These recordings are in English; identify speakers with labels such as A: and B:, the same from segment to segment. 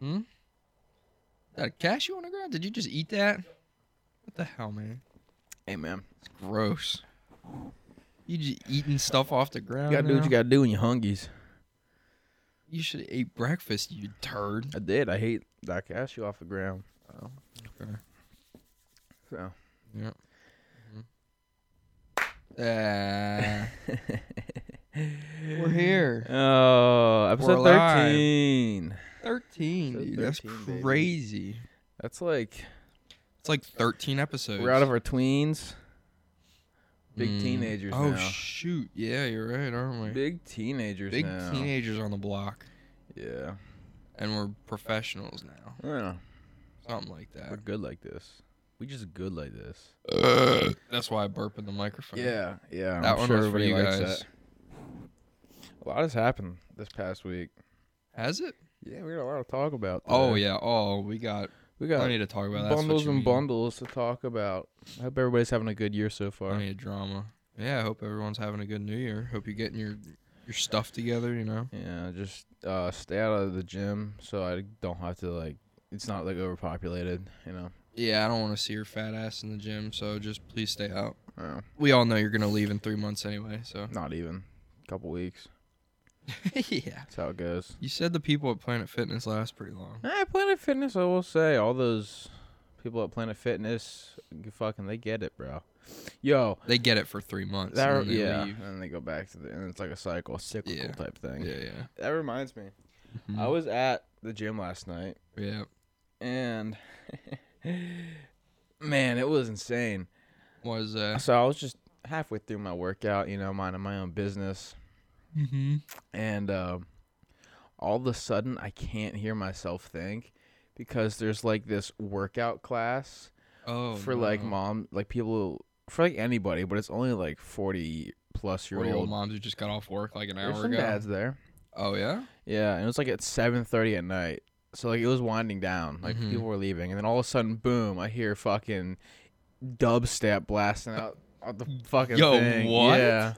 A: Hmm? Is that a cashew on the ground? Did you just eat that? What the hell, man?
B: Hey man,
A: It's gross. You just eating stuff off the ground.
B: you gotta do what
A: now?
B: you gotta do when you're hungies.
A: You should have ate breakfast, you turd.
B: I did. I hate that cashew off the ground.
A: Okay.
B: So
A: Yeah. Uh, we're here.
B: Oh,
A: We're
B: episode
A: live.
B: thirteen.
A: 13,
B: Episode
A: dude. That's
B: 13, baby.
A: crazy.
B: That's like
A: It's like 13 episodes.
B: we're out of our tweens. Big
A: Mm.
B: teenagers
A: Oh,
B: now.
A: shoot. Yeah, you're right, aren't we?
B: Big teenagers
A: Big
B: now.
A: teenagers on the block.
B: Yeah.
A: And we're professionals now.
B: I don't know.
A: Something like
B: We're
A: that.
B: good like this. We just good like this.
A: That's why I burp in the microphone.
B: Yeah, yeah.
A: That
B: I'm
A: one
B: sure
A: was for
B: everybody
A: you
B: likes
A: guys.
B: that. A lot has happened this past week.
A: Has it?
B: Yeah, we got a lot to talk about.
A: Oh,
B: today.
A: yeah. Oh, we got
B: we got
A: plenty to talk about. That's what
B: bundles
A: you
B: and
A: mean.
B: bundles to talk about. I hope everybody's having a good year so far.
A: Plenty of drama. Yeah, I hope everyone's having a good new year. Hope you're getting your, your stuff together, you know?
B: Yeah, just uh, stay out of the gym so I don't have to like. It's not like overpopulated, you know.
A: Yeah, I don't want to see your fat ass in the gym, so just please stay out.
B: Uh,
A: We all know you're going to leave in three months anyway, so.
B: not even a couple weeks.
A: yeah.
B: That's how it goes.
A: You said the people at Planet Fitness last pretty long.
B: Eh, Planet Fitness, I will say, all those people at Planet Fitness, you fucking, they get it, bro. Yo,
A: They get it for three months.
B: That
A: and
B: re-
A: then they
B: yeah,
A: leave.
B: and then they go back to the and it's like a cycle, cyclical
A: Yeah.
B: type thing.
A: Yeah, yeah.
B: That reminds me,
A: Mhm.
B: I was at the gym last night
A: yeah.
B: and man, it was insane.
A: Was uh
B: So I was just halfway through my workout, you know, minding my own business,
A: mm-hmm.
B: and um, all of a sudden I can't hear myself think because there's like this workout class
A: oh
B: for like
A: no.
B: mom like people for like anybody but it's only like 40 plus year
A: Forty old
B: old
A: moms who just got off work like an
B: There's
A: hour
B: some
A: ago.
B: dads there
A: Oh yeah.
B: yeah and it was like at 7.30 at night so like it was winding down like
A: Mhm.
B: people were leaving and then all of a sudden boom i hear fucking dubstep blasting out, out the fucking
A: Yo,
B: thing.
A: what?
B: yeah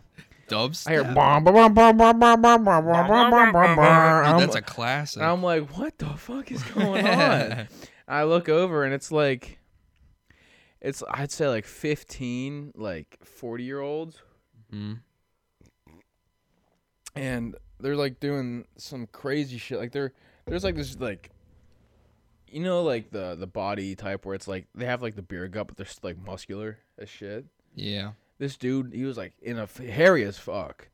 A: Dubs.
B: i hear bomb bomb bomb bomb bomb bomb bomb bomb bomb bomb bomb bomb
A: That's a
B: I'm-
A: classic.
B: and i'm like what the fuck is going on I look over and it's like it's I'd say like 15 like 40 year olds
A: Mhm.
B: and they're like doing some crazy shit like they're there's like this like you know like the the body type where it's like they have like the beer gut but they're s- like muscular as shit
A: Yeah.
B: this dude he was like in a f- hairy as fuck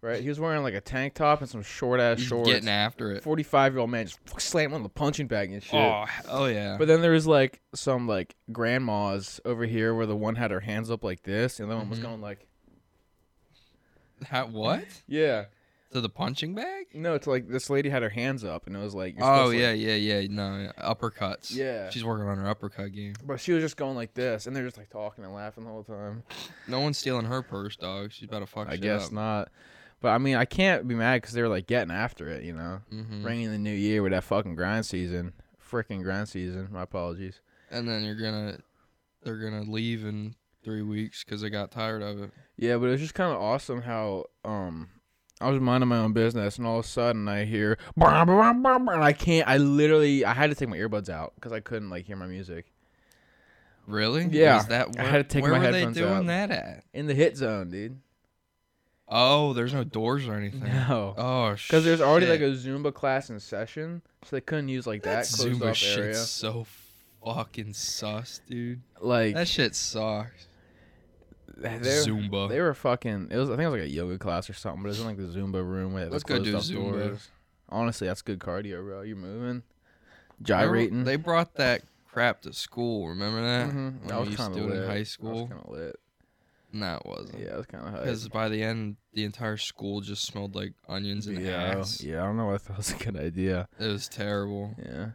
B: right he was wearing like a tank top and some short ass
A: He's
B: shorts
A: getting after it.
B: 45 year old man just slamming on the punching bag and shit
A: Oh, h- oh yeah.
B: But then there was like some like grandmas over here where the one had her hands up like this and the other one was
A: Mhm.
B: going like
A: Ha- what?
B: Yeah.
A: To the punching bag?
B: No, it's like this lady had her hands up and it was like you're
A: Oh
B: supposed to,
A: yeah,
B: like-
A: yeah, yeah. No uppercuts.
B: Yeah.
A: She's working on her uppercut game.
B: but she was just going like this and they're just like talking and laughing the whole time.
A: No one's stealing her purse, dog. She's about to fuck.
B: I
A: shit
B: guess
A: up.
B: not. But I mean I can't be mad because they were like getting after it, you know.
A: Mhm.
B: Bringing the new year with that fucking grind season. Freaking grind season. My apologies.
A: and then you're gonna they're gonna leave in three weeks because they got tired of it.
B: Yeah, but it was just kind of awesome how um I was minding my own business and all of a sudden I hear "Bah, bah, bah, bah, bah," and I can't. I literally I had to take my earbuds out because I couldn't like hear my music
A: Really?
B: Yeah.
A: Is that
B: I
A: where-
B: had to take
A: where
B: my
A: were they
B: headphones
A: doing
B: out.
A: that at?
B: in the hit zone, dude.
A: Oh, there's no doors or anything.
B: No,
A: Oh, shit.
B: because there's already like a Zumba class in session, so they couldn't use like
A: that
B: that closed
A: Zumba
B: off
A: shit's
B: area.
A: so fucking sus, dude.
B: Like
A: That shit sucks.
B: they
A: Zumba.
B: They were fucking. It was. I think it was like a yoga class or something, but it was in like the Zumba room where they had
A: Let's
B: the
A: go do
B: closed-off
A: Zumba.
B: doors. Honestly, that's good cardio, bro. You're moving,
A: Remember-
B: gyrating.
A: They brought that crap to school. Remember that?
B: Mhm.
A: When
B: That was
A: we used to
B: kinda
A: do it in
B: lit. That
A: high
B: was
A: school.
B: kinda lit.
A: No, it wasn't.
B: Yeah, it was kind of hype.
A: Because by the end, the entire school just smelled like onions and
B: yeah,
A: ass.
B: yeah, I don't know if that was a good idea.
A: It was terrible.
B: Yeah,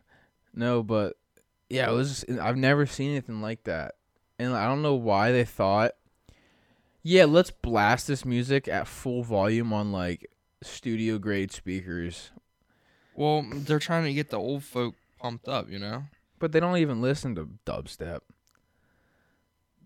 B: no, but yeah, it was. Just, I've never seen anything like that, and I don't know why they thought, yeah, let's blast this music at full volume on like studio grade speakers,
A: Well, they're trying to get the old folk pumped up, you know.
B: but they don't even listen to dubstep.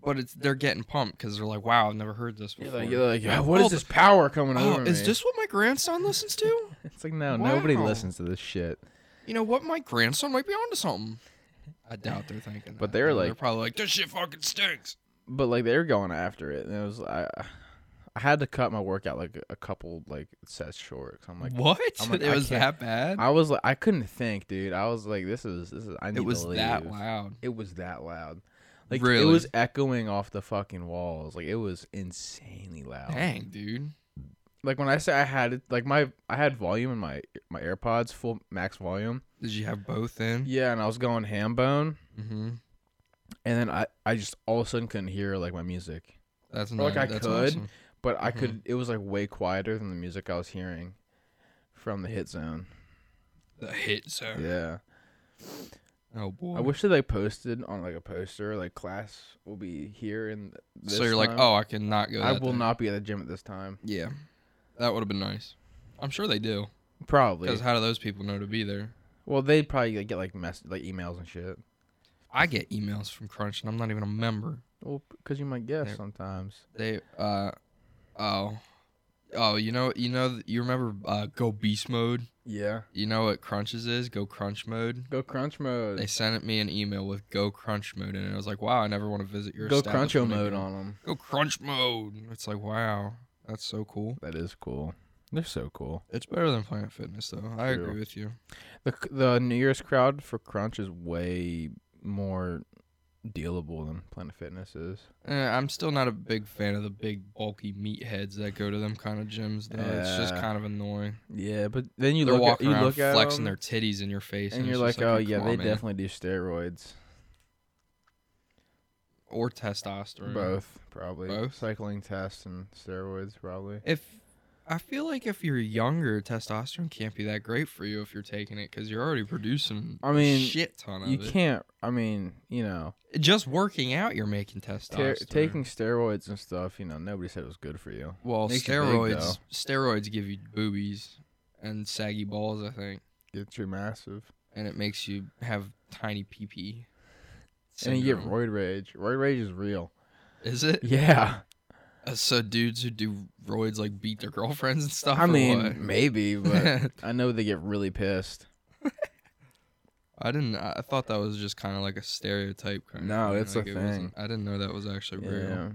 A: But it's they're getting pumped because they're like, "Wow, I've never heard this
B: You're
A: before."
B: like, you're like, yeah, what is
A: Oh,
B: this power coming
A: oh,
B: over
A: is
B: me?
A: this what my grandson listens to?
B: It's like no, nobody
A: Wow.
B: listens to this shit.
A: you know what? My grandson might be onto something. I doubt they're thinking.
B: But
A: that.
B: they're
A: they're
B: like-
A: probably like, this shit fucking stinks.
B: but like they were going after it, and it was I. I had to cut my workout like a couple like sets short. Cause I'm like,
A: what?
B: I'm like,
A: it
B: I
A: was
B: can't-
A: that bad.
B: I was like, I couldn't think, dude. I was like, this is this is. I need
A: it was
B: to leave.
A: that loud.
B: It was that loud. Like it
A: Really?
B: was echoing off the fucking walls. Like it was insanely loud.
A: Dang, dude.
B: Like when I say I had it, like my I had volume in my my AirPods, full max volume.
A: Did you have both in?
B: Yeah, and I was going ham bone,
A: Mm-hmm.
B: and then I I just all of a sudden couldn't hear like my music,
A: That's
B: Or, like,
A: nice.
B: I
A: That's
B: could.
A: awesome.
B: but I
A: Mhm.
B: could. It was like way quieter than the music I was hearing from the hit zone.
A: The hit zone.
B: Yeah.
A: Oh boy.
B: I wish they like posted on like a poster like class will be here and this
A: so you're like,
B: time.
A: oh, I cannot go.
B: I
A: that
B: will
A: day."
B: not be at the gym at this time.
A: Yeah, that would have been nice. I'm sure they do.
B: Probably.
A: Because how do those people know to be there?
B: Well, they probably like, get like mess like emails and shit.
A: I get emails from Crunch, and I'm not even a member.
B: Well, because you might guess
A: They're-
B: sometimes.
A: They, uh, oh, oh, you know, you know, you remember uh, Go Beast Mode?
B: Yeah.
A: You know what Crunches is? Go Crunch Mode.
B: Go crunch
A: They
B: mode.
A: sent me an email with Go Crunch Mode, and I was like, wow, I never want to visit your.
B: Go cruncho
A: establishment
B: mode
A: again.
B: on them.
A: Go Crunch Mode. It's like, wow, that's so cool.
B: That is cool. They're so cool.
A: It's better than Planet Fitness, though. I
B: True.
A: agree with you.
B: The c- the New Year's crowd for crunch is way more dealable than Planet Fitness is.
A: Eh, I'm still not a big fan of the big bulky meatheads that go to them kind of gyms. Though it's just
B: Yeah.
A: kind of annoying.
B: Yeah, but then you
A: They're
B: look at,
A: walking
B: you
A: around
B: look at
A: flexing
B: 'em,
A: their titties in your face,
B: and,
A: and,
B: you're
A: it's
B: like,
A: just
B: oh
A: "Come
B: yeah,
A: on,
B: they
A: man."
B: definitely do steroids.
A: or testosterone.
B: Both probably.
A: Both?
B: Cycling tests and steroids probably.
A: If I feel like if you're younger, testosterone can't be that great for you if you're taking it because you're already producing.
B: I mean,
A: a shit ton of
B: You
A: it.
B: can't. I mean, you know.
A: Just working out, you're making testosterone.
B: Ter- taking steroids and stuff, you know, nobody said it was good for you.
A: well,
B: makes you big,
A: steroids. steroids give you boobies and saggy balls, I think,
B: It's you massive.
A: and it makes you have tiny pee pee.
B: And you get roid rage. Roid rage is real.
A: Is it?
B: Yeah.
A: Uh, so dudes who do roids like beat their girlfriends and stuff.
B: I
A: or
B: mean,
A: what?
B: maybe, but I know they get really pissed.
A: I didn't. I I thought that was just kind of like a stereotype. Kind
B: No,
A: of thing.
B: it's a
A: like it wasn't-
B: thing.
A: I didn't know that was actually real.
B: Yeah.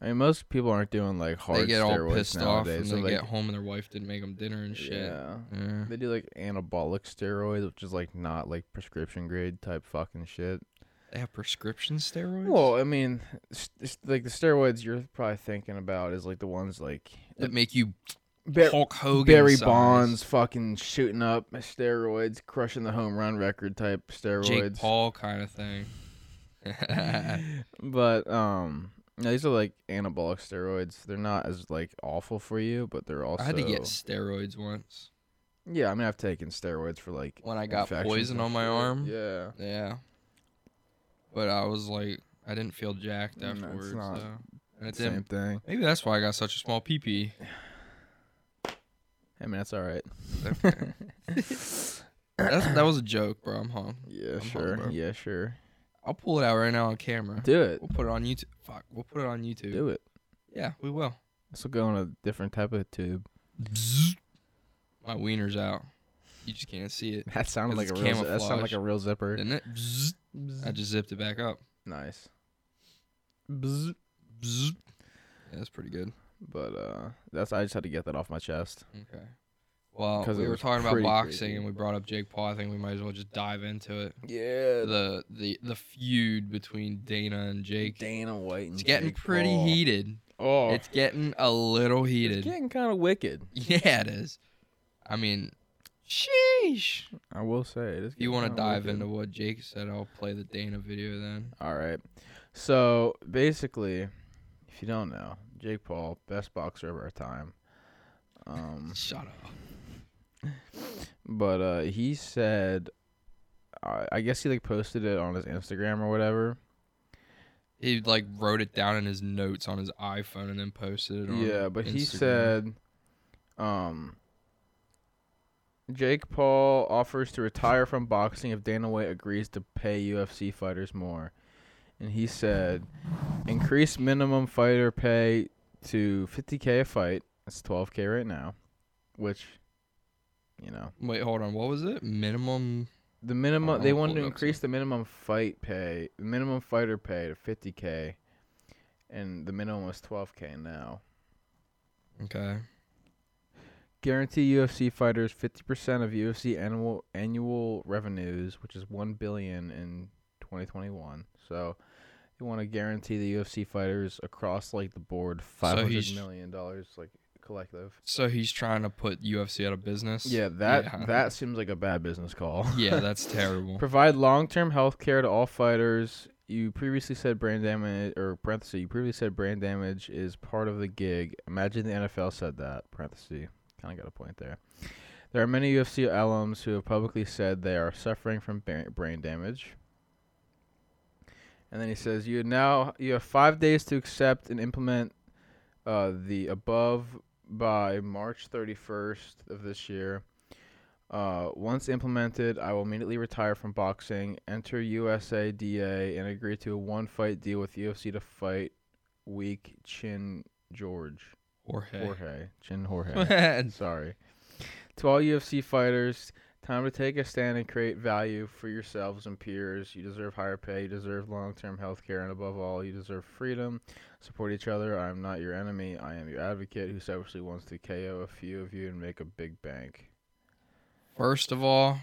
B: I mean, most people aren't doing like hard
A: They get
B: steroids
A: all pissed off
B: nowadays.
A: and
B: so,
A: they
B: like,
A: get home and their wife didn't make them dinner and shit.
B: Yeah.
A: Yeah.
B: They do like anabolic steroids, which is like not like prescription grade type fucking shit.
A: They have prescription steroids.
B: Well, I mean, s- s- like the steroids you're probably thinking about is like the ones like uh,
A: that make you
B: Bar-
A: Hulk Hogan.
B: Barry
A: size.
B: Bonds fucking shooting up steroids, crushing the home run record type
A: Jake
B: steroids.
A: Paul kind of thing.
B: but um no, these are like anabolic steroids. They're not as like awful for you, but they're also
A: I had to get steroids once
B: Yeah, I mean I've taken steroids for like
A: when I got
B: infections
A: poison
B: and
A: on my
B: shit.
A: arm.
B: Yeah.
A: Yeah. But I was like, I didn't feel jacked
B: No, it's
A: afterwards.
B: not
A: so. And it
B: Same
A: didn't.
B: thing.
A: Maybe that's why I got such a small pee pee.
B: I mean that's all right.
A: That was a joke, bro. I'm home.
B: yeah,
A: hung,
B: sure.
A: bro.
B: yeah, sure.
A: I'll pull it out right now on camera.
B: Do it.
A: We'll put it on YouTube. Fuck, we'll put it on YouTube.
B: Do it.
A: Yeah, we will.
B: This will go on a different type of tube.
A: My wiener's out. You just can't see it,
B: That sounded
A: 'Cause
B: like a
A: it's
B: real zi- that sounded
A: camouflage.
B: like a real zipper.
A: didn't it? I just zipped it back up.
B: Nice. Bzz.
A: Yeah, that's pretty good.
B: But uh, that's I just had to get that off my chest.
A: Okay. Well,
B: 'Cause it
A: we were
B: was
A: talking about
B: pretty
A: boxing
B: creepy.
A: and we brought up Jake Paul. I think we might as well just dive into it.
B: Yeah,
A: The the the feud between Dana and Jake.
B: Dana White. And
A: It's getting pretty heated.
B: Oh,
A: It's getting a little heated.
B: getting kind of wicked.
A: yeah, it is. I mean, sheesh.
B: I will say it is.
A: If you want to
B: getting kinda
A: dive
B: wicked.
A: into what Jake said, I'll play the Dana video then.
B: All right. So basically, if you don't know, Jake Paul, best boxer of our time. Um,
A: Shut up.
B: but uh, he said, I, I guess he like posted it on his Instagram or whatever.
A: He like wrote it down in his notes on his iPhone and then posted it. on
B: Yeah, but he
A: Instagram.
B: said, um, Jake Paul offers to retire from boxing if Dana White agrees to pay UFC fighters more. And he said, increase minimum fighter pay to 50K a fight. That's 12K right now, which you know.
A: Wait, hold on. What was it? Minimum.
B: The minimum
A: I
B: they
A: don't
B: wanted to
A: believe so.
B: increase the minimum fight pay, the minimum fighter pay to 50k, and the minimum was 12k now.
A: Okay.
B: Guarantee UFC fighters 50% of UFC annual annual revenues, which is 1 billion in 2021. So they want to guarantee the UFC fighters across like the board 500 million
A: he's-
B: dollars like collective.
A: So he's trying to put UFC out of business.
B: Yeah, that
A: Yeah.
B: that seems like a bad business call.
A: Yeah, that's terrible.
B: Provide long-term health care to all fighters. You previously said brand damage, or parenthesis, you previously said brand damage is part of the gig. Imagine the NFL said that, parenthesis. Kind of got a point there. There are many UFC alums who have publicly said they are suffering from ba- brain damage. And then he says, you now you have five days to accept and implement uh, the above by March 31st of this year. Uh, once implemented, I will immediately retire from boxing, enter USADA, and agree to a one fight deal with UFC to fight weak Chin George.
A: Jorge.
B: Jorge. Chin Jorge.
A: Jorge.
B: Sorry. To all UFC fighters, time to take a stand and create value for yourselves and peers. You deserve higher pay, you deserve long term health care, and above all, you deserve freedom. Support each other. I am not your enemy. I am your advocate who selfishly wants to KO a few of you and make a big bank.
A: First of all,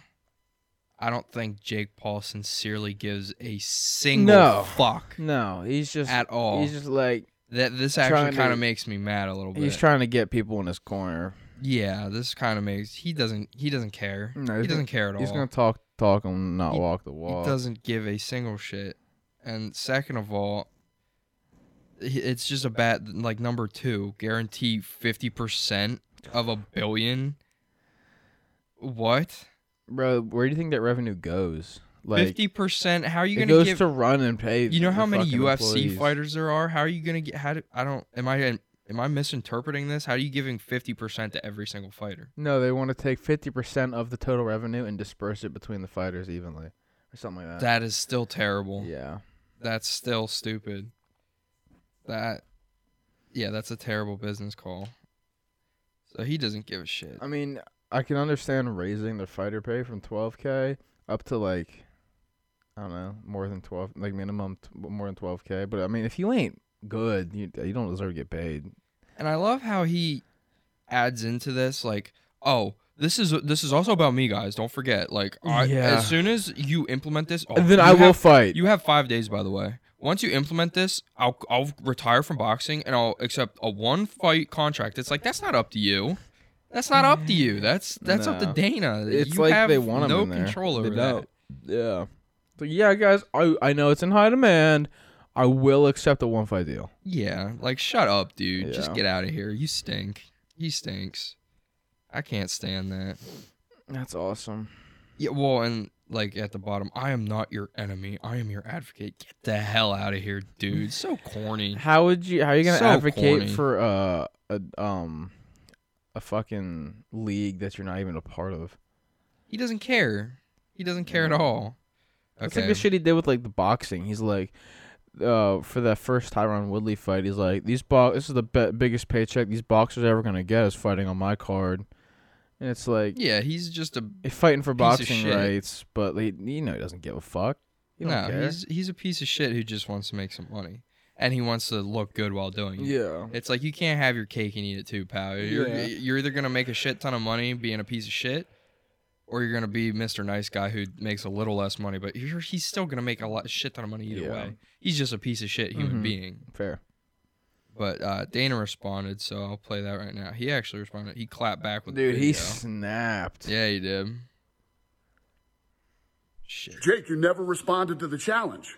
A: I don't think Jake Paul sincerely gives a single
B: No.
A: fuck
B: No, he's just
A: at all.
B: He's just like
A: that this
B: trying
A: actually
B: to-
A: kind of makes me mad a little bit.
B: he's trying to get people in his corner.
A: yeah, this kind of makes he doesn't he doesn't care.
B: No, he's
A: he doesn't
B: gonna-
A: care at all.
B: He's gonna talk talk and not
A: He-
B: walk the
A: He
B: walk.
A: doesn't give a single shit. And second of all, i- it's just a bad like number two guarantee fifty percent of a billion. What
B: Bro, where do you think that revenue goes? Like
A: fifty percent? How are you
B: it
A: gonna
B: goes
A: give?
B: to run and pay.
A: you know
B: the
A: how many
B: fucking
A: UFC
B: employees.
A: fighters there are. How are you gonna get? How do, I don't. Am I am I misinterpreting this? How are you giving fifty percent to every single fighter?
B: No, they want to take fifty percent of the total revenue and disperse it between the fighters evenly, or something like that.
A: That is still terrible.
B: yeah,
A: That's still stupid. That yeah, that's a terrible business call. So he doesn't give a shit.
B: I mean, I can understand raising the fighter pay from twelve k up to like, I don't know, more than twelve, like minimum t- more than twelve k. But I mean, if you ain't good, you you don't deserve to get paid.
A: And I love how he adds into this like, "Oh, this is this is also about me, guys. Don't forget. Like, I,
B: Yeah.
A: as soon as you implement this, oh,
B: then
A: you
B: I will
A: have-
B: fight.
A: You have five days, by the way. Once you implement this, I'll I'll retire from boxing and I'll accept a one fight contract. It's like that's not up to you. That's not up to you. That's that's up
B: No.
A: to Dana.
B: it's
A: you
B: like
A: have
B: they want 'em
A: no
B: in there.
A: control
B: They
A: over that.
B: don't. Yeah. So yeah, guys, I I know it's in high demand. I will accept a one fight deal.
A: Yeah, like shut up, dude.
B: Yeah.
A: Just get out of here. You stink. He stinks. I can't stand that.
B: That's awesome.
A: Yeah, well, and like at the bottom, I am not your enemy. I am your advocate. Get the hell out of here, dude. So corny.
B: How would you? How are you gonna
A: So
B: advocate
A: corny.
B: for uh, a um a fucking league that you're not even a part of?
A: He doesn't care. He doesn't care at all.
B: That's
A: Okay.
B: like the shit he did with like the boxing. He's like, uh, for that first Tyron Woodley fight, he's like, these bo- this is the be- biggest paycheck these boxers ever gonna get is fighting on my card, and it's like,
A: yeah, he's just a
B: He's fighting for
A: Piece of
B: boxing
A: shit.
B: rights, but he, you know he doesn't give a fuck. He don't
A: no.
B: care.
A: He's he's a piece of shit who just wants to make some money, and he wants to look good while doing it.
B: yeah.
A: It's like you can't have your cake and eat it too, pal. You're
B: Yeah.
A: you're either gonna make a shit ton of money being a piece of shit, or you're gonna be Mr. Nice Guy who makes a little less money, but you're, he's still gonna make a lot shit ton of money either
B: Yeah.
A: way. He's just a piece of shit human
B: Mhm.
A: being.
B: Fair.
A: But uh, Dana responded, so I'll play that right now. He actually responded. He clapped back with
B: Dude,
A: the
B: he
A: video.
B: snapped.
A: yeah, he did. Shit.
C: Jake, you never responded to the challenge.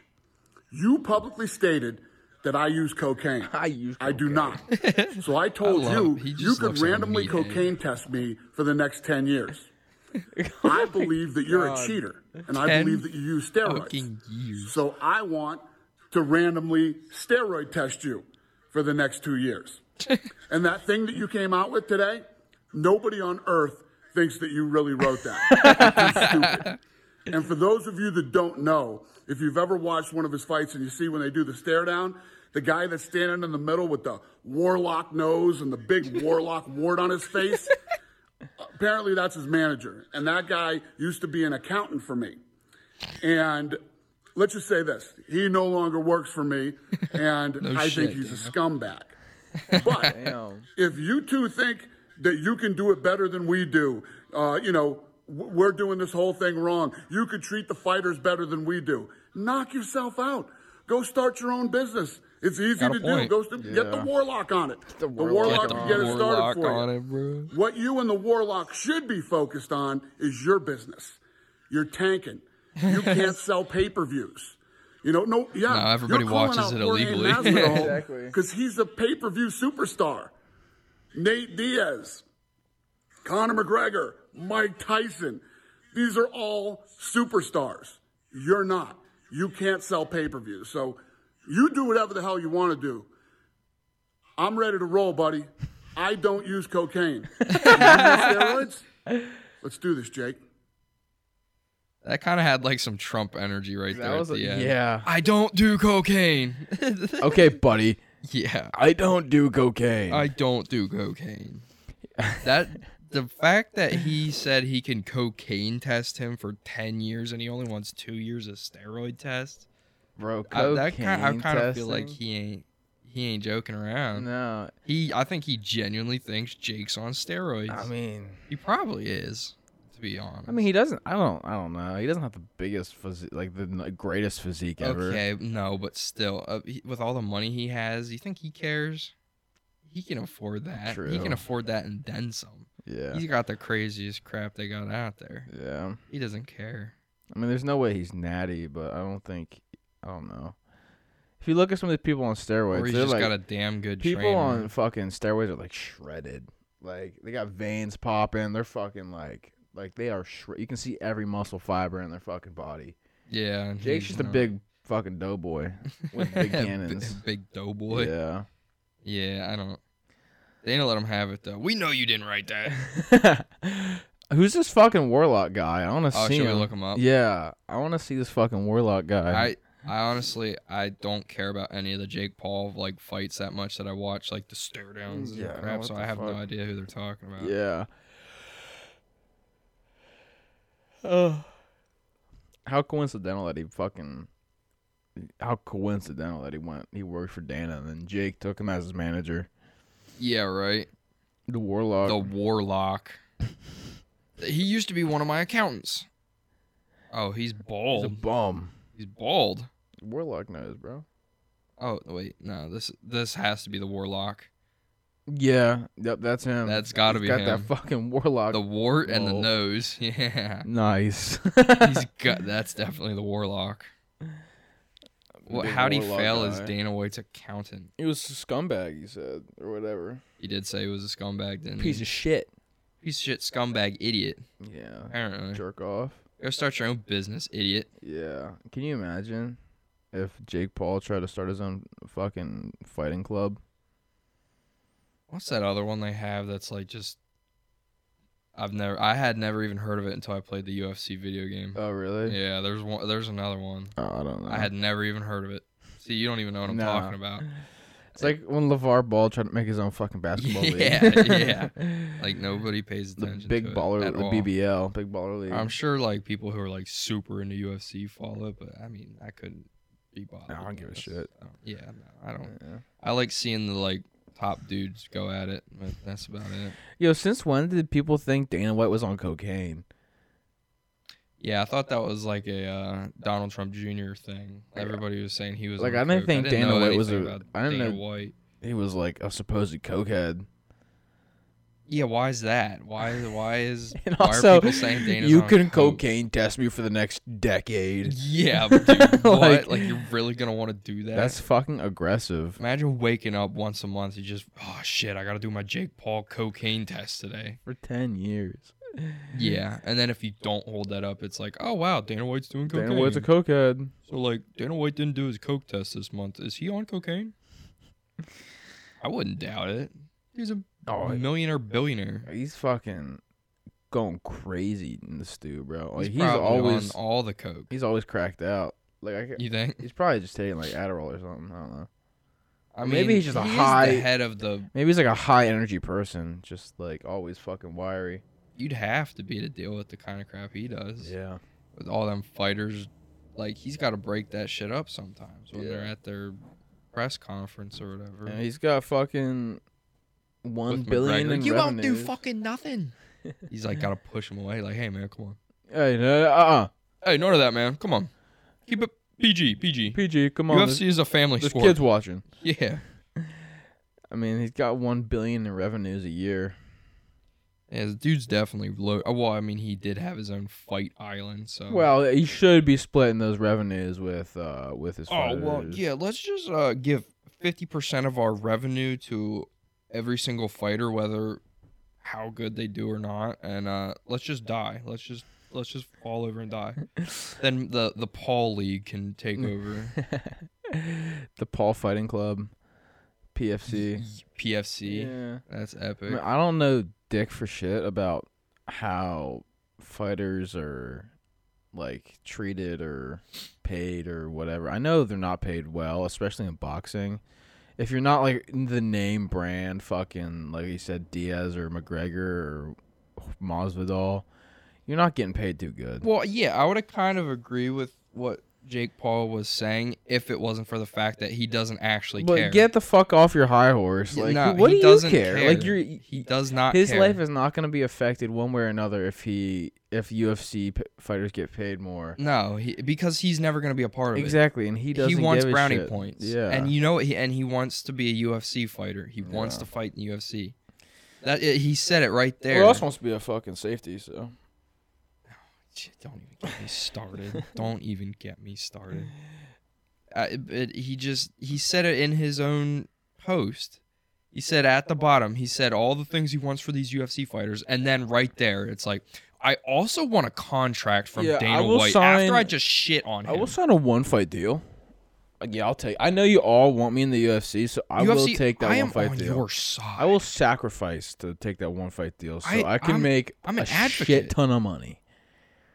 C: You publicly stated that I use cocaine.
B: I use
C: I do
B: cocaine.
C: not. So I told
A: love-
C: you
A: he
C: you
A: just
C: could
A: looks like a
C: randomly
A: meathead.
C: cocaine test me for the next 10 years. I believe that you're a cheater, and I
A: 10
C: believe that you use steroids.
A: Fucking years.
C: So I want to randomly steroid test you for the next two years. and that thing that you came out with today, nobody on earth thinks that you really wrote that. You're too stupid. And for those of you that don't know, if you've ever watched one of his fights and you see when they do the stare down, the guy that's standing in the middle with the warlock nose and the big warlock wart on his face, Apparently, that's his manager. And that guy used to be an accountant for me. And let's just say this he no longer works for me. And I
A: shit,
C: think he's a scumbag. But
B: Damn.
C: if you two think that you can do it better than we do, uh, you know, w- we're doing this whole thing wrong. You could treat the fighters better than we do. Knock yourself out. Go start your own business. It's easy
A: Got a
C: to do.
A: point.
C: Go st- get the warlock on it. The
B: Warlock
C: warlock,
B: on
C: can get it started
A: Warlock
C: for you.
A: on it, bro.
C: What you and the warlock should be focused on is your business. You're tanking. You can't sell pay-per-views. You know, no, yeah.
A: No, everybody watches it illegally.
B: Exactly.
C: Because he's a pay-per-view superstar. Nate Diaz, Conor McGregor, Mike Tyson. These are all superstars. You're not. You can't sell pay-per-views. So you do whatever the hell you want to do. I'm ready to roll, buddy. I don't use cocaine. You use steroids? Let's do this, Jake.
A: That kind of had like some Trump energy right
B: That
A: there
B: was
A: at
B: a-
A: the end.
B: yeah.
A: I don't do cocaine.
B: Okay, buddy.
A: yeah.
B: I don't do cocaine.
A: I don't do cocaine. That the fact that he said he can cocaine test him for ten years and he only wants two years of steroid test.
B: Bro,
A: I,
B: cocaine
A: that kind I kind of feel like
B: testing?
A: he um, ain't he ain't joking around.
B: No,
A: He I think he genuinely thinks Jake's on steroids.
B: I mean,
A: he probably is, to be honest.
B: I mean, he doesn't. I don't. I don't know. He doesn't have the biggest physique, like the n- greatest physique ever.
A: okay, no, but still, uh, he, with all the money he has, you think he cares? He can afford that. He
B: True.
A: can afford that and then some.
B: Yeah.
A: He's got the craziest crap they got out there.
B: yeah.
A: He doesn't care.
B: I mean, there's no way he's natty, but I don't think. I don't know. If you look at some of the people on
A: or
B: steroids,
A: he's
B: they're
A: just
B: like
A: got a damn good
B: people
A: trainer.
B: on fucking steroids are like shredded. Like they got veins popping. They're fucking like like they are. Shred- you can see every muscle fiber in their fucking body.
A: yeah, and
B: Jake's
A: he's
B: just a
A: not-
B: big fucking doughboy with big
A: B-
B: cannons.
A: big doughboy. Yeah.
B: Yeah.
A: I don't. They didn't let him have it though. We know you didn't write that.
B: Who's this fucking warlock guy? I want to
A: Oh,
B: see
A: should
B: him.
A: we look him up?
B: Yeah, I want to see this fucking warlock guy.
A: I I honestly I don't care about any of the Jake Paul like fights that much that I watch like the stare downs and
B: Yeah,
A: crap.
B: what
A: So
B: the
A: I have no
B: fuck?
A: idea who they're talking about.
B: yeah. Oh. How coincidental that he fucking. How coincidental that he went. He worked for Dana, and then Jake took him as his manager.
A: Yeah, right.
B: The warlock.
A: The warlock. he used to be one of my accountants. Oh, he's
B: he's
A: bald.
B: a bum.
A: he's bald.
B: Warlock knows, bro.
A: Oh wait, no. This this has to be the warlock.
B: Yeah. Yep. That's him.
A: That's gotta
B: He's
A: be
B: got that
A: him.
B: fucking warlock.
A: The wart and the
B: Well-
A: nose. Yeah.
B: nice.
A: He's got that's definitely the warlock. Well,
B: Big
A: how'd he
B: warlock
A: fail as
B: guy.
A: Dana White's accountant?
B: He was a scumbag, you said, or whatever.
A: He did say he was a scumbag, didn't
B: Piece
A: he?
B: of shit.
A: Piece of shit scumbag idiot.
B: Yeah.
A: Apparently.
B: Jerk off.
A: Go start your own business, idiot.
B: Yeah. Can you imagine if Jake Paul tried to start his own fucking fighting club?
A: What's that other one they have that's like just I've never I had never even heard of it until I played the UFC video game.
B: Oh, really?
A: yeah, there's one there's another one.
B: Oh, I don't know.
A: I had never even heard of it. See, you don't even know what I'm
B: Nah.
A: talking about.
B: it's like when LeVar Ball tried to make his own fucking basketball league.
A: Yeah, Like nobody pays
B: the
A: attention
B: big
A: to it
B: baller,
A: at
B: the
A: all.
B: BBL, big baller league.
A: I'm sure like people who are like super into UFC follow it, but I mean, I couldn't be bothered.
B: I don't give a
A: That's-
B: shit.
A: I don't- yeah, no, I don't.
B: Yeah.
A: I like seeing the like top dudes go at it, but that's about it.
B: Yo, since when did people think Dana White was on cocaine?
A: Yeah, I thought that was like a uh, Donald Trump Jr. thing. Everybody was saying he was
B: uh, Like,
A: on
B: I didn't
A: coke.
B: think
A: didn't
B: Dana
A: know
B: White was
A: anything
B: a-
A: about
B: I didn't
A: Dana
B: know-
A: White.
B: He was like a supposed cokehead.
A: Yeah, why is that? Why? Why is?
B: And
A: why
B: also,
A: are people saying Dana's
B: you
A: on
B: can
A: coke?
B: cocaine test me for the next decade.
A: Yeah, but dude, what?
B: Like-
A: Like, you're really gonna want to do that?
B: That's fucking aggressive.
A: Imagine waking up once a month. You just, oh shit, I gotta do my Jake Paul cocaine test today.
B: For 10 years.
A: Yeah, and then if you don't hold that up, it's like, oh wow, Dana White's doing cocaine.
B: Dana White's a cokehead.
A: so like, Dana White didn't do his coke test this month. Is he on cocaine? I wouldn't doubt it. He's a
B: Oh,
A: millionaire billionaire.
B: He's fucking going crazy in the stew, bro. Like Oh, he's,
A: probably
B: always
A: on all the coke.
B: he's always cracked out. Like I, ca-
A: You think?
B: he's probably just taking like Adderall or something. I don't know.
A: I
B: Maybe
A: mean,
B: he's just a
A: he is
B: high-
A: the head of the
B: Maybe he's like a high energy person, just like always fucking wiry.
A: you'd have to be to deal with the kind of crap he does
B: Yeah.
A: with all them fighters. Like he's got to break that shit up sometimes when they're
B: Yeah.
A: at their press conference or whatever.
B: And he's got fucking one
A: With
B: billion.
A: McGregor.
B: in
A: you won't do
B: revenues.
A: fucking nothing. he's like got to push him away. Like, hey man, come on.
B: Hey, no, uh, uh
A: Hey, none of that, man. Come on. Keep it PG, PG.
B: PG, come on.
A: UFC is a family
B: there's, there's
A: sport.
B: kids watching.
A: Yeah.
B: I mean, he's got one billion in revenues a year.
A: Yeah, the dude's definitely low. oh, Well, I mean, he did have his own fight island, so.
B: Well, he should be splitting those revenues with uh with his.
A: Oh well,
B: fighters.
A: yeah. Let's just uh, give fifty percent of our revenue to every single fighter, whether how good they do or not, and uh, let's just die. Let's just let's just fall over and die. then the the Paul League can take
B: Mm.
A: over.
B: the Paul Fighting Club, PFC.
A: PFC.
B: Yeah.
A: That's
B: I,
A: epic.
B: mean, I don't know dick for shit about how fighters are like treated or paid or whatever. I know they're not paid well, especially in boxing. If you're not like the name brand fucking like you said Diaz or McGregor or Masvidal, you're not getting paid too good.
A: Well, yeah, I would have kind of agree with what Jake Paul was saying if it wasn't for the fact that he doesn't actually
B: but
A: care.
B: get the fuck off your high horse.
A: Yeah,
B: Like
A: no,
B: what
A: he
B: do
A: doesn't
B: you care?
A: care.
B: Like you're
A: he does not.
B: his
A: care.
B: life is not going to be affected one way or another if he if UFC p- fighters get paid more.
A: no, he, because he's never going to be a part of it.
B: Exactly, and he doesn't.
A: he wants
B: give a
A: brownie
B: shit.
A: points.
B: Yeah,
A: and you know what? He, and he wants to be a UFC fighter. He wants
B: Yeah.
A: to fight in the UFC. That it, he said it right there.
B: wants to be a fucking safety. So
A: Shit, don't even get me started. don't even get me started. Uh, it- it- he just he said it in his own post. He said at the bottom. He said all the things he wants for these UFC fighters, and then right there, it's like. I also want a contract from
B: Yeah, I
A: Dana
B: will
A: White
B: sign-
A: after I just shit on
B: I
A: him.
B: will sign a one fight deal. Like, yeah, I'll take. I know you all want me in the UFC, so I will
A: UFC,
B: take that
A: I am
B: one fight
A: on
B: deal.
A: your side.
B: I will sacrifice to take that one fight deal, so I,
A: I-
B: can
A: I'm-
B: make
A: I'm an
B: a
A: advocate.
B: shit ton of money.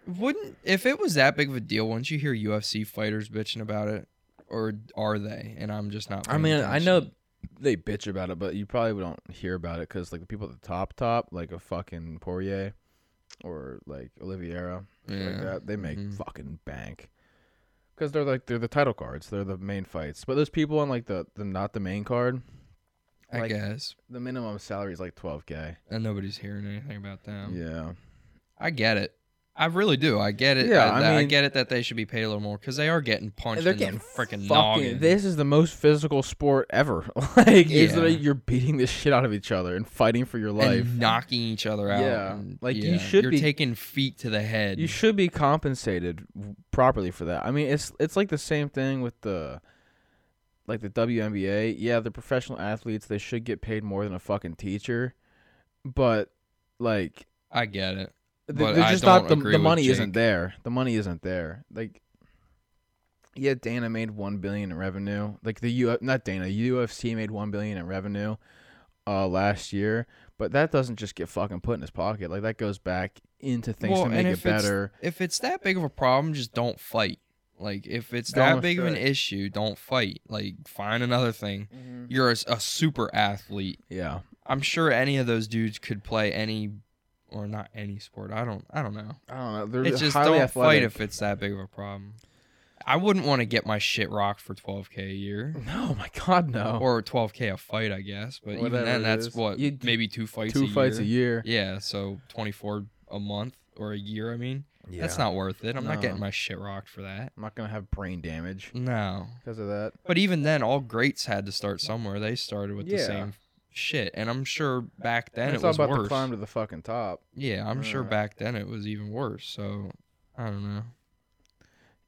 A: Wouldn't if it was that big of a deal? Once you hear UFC fighters bitching about it, or are they? And I'm just not.
B: I
A: paying
B: mean, I know
A: attention.
B: they bitch about it, but you probably don't hear about it because like the people at the top, top, like a fucking Poirier or like Oliveira, shit like
A: Yeah.
B: that, they make
A: Mhm.
B: fucking bank. Because they're like they're the title cards, they're the main fights. But those people on like the, the not the main card,
A: I
B: like-
A: guess,
B: the minimum salary is like twelve k.
A: and nobody's hearing anything about them.
B: Yeah,
A: I get it. I really do. I get it.
B: Yeah,
A: that-
B: I
A: that- I
B: mean-
A: get it that they should be paid a little more because they are getting punched.
B: they're
A: in
B: getting
A: the freaking
B: fucking.
A: noggin.
B: This is the most physical sport ever. like, it's
A: Yeah.
B: literally you're beating the shit out of each other and fighting for your life.
A: and knocking each other out.
B: Yeah,
A: and-
B: like, you
A: yeah,
B: should
A: You're
B: be-
A: taking feet to the head.
B: You should be compensated w- properly for that. I mean, it's it's like the same thing with the like the WNBA. Yeah, the professional athletes they should get paid more than a fucking teacher, but like
A: I get it.
B: th-
A: But
B: they're
A: I
B: just not
A: don't
B: the,
A: agree
B: the
A: with
B: money
A: Jake.
B: isn't there. The money isn't there. Like yeah, Dana made 1 billion in revenue. Like the U not Dana, UFC made 1 billion in revenue uh last year, but that doesn't just get fucking put in his pocket. Like that goes back into things
A: Well,
B: to
A: and
B: make it
A: if it's-
B: better.
A: if it's that big of a problem, just don't fight. Like if it's
B: Don't
A: that big of an
B: fight.
A: issue, don't fight. Like find another thing. You're a, s- a super athlete.
B: Yeah.
A: I'm sure any of those dudes could play any or not any sport. I don't I don't know.
B: I don't know. They're
A: It's just
B: highly
A: don't
B: athletic.
A: fight if it's that big of a problem. I wouldn't want to get my shit rocked for 12k a year.
B: no, my God, no.
A: Or 12k a fight, I guess, but
B: Whatever
A: even then
B: it
A: that's
B: is.
A: what
B: You d-
A: maybe two fights
B: two
A: a
B: fights
A: year.
B: a year.
A: Yeah, so 24 a month or a year, I mean. That's not worth it. I'm
B: No.
A: not getting my shit rocked for that.
B: I'm not gonna have brain damage
A: No.
B: because of that.
A: But even then, all greats had to start somewhere. They started with the
B: Yeah.
A: same shit, and I'm sure back then
B: it's
A: it
B: all
A: was
B: about the
A: worse.
B: climb to the fucking top.
A: Yeah, I'm sure
B: Yeah.
A: back then it was even worse. So I don't know.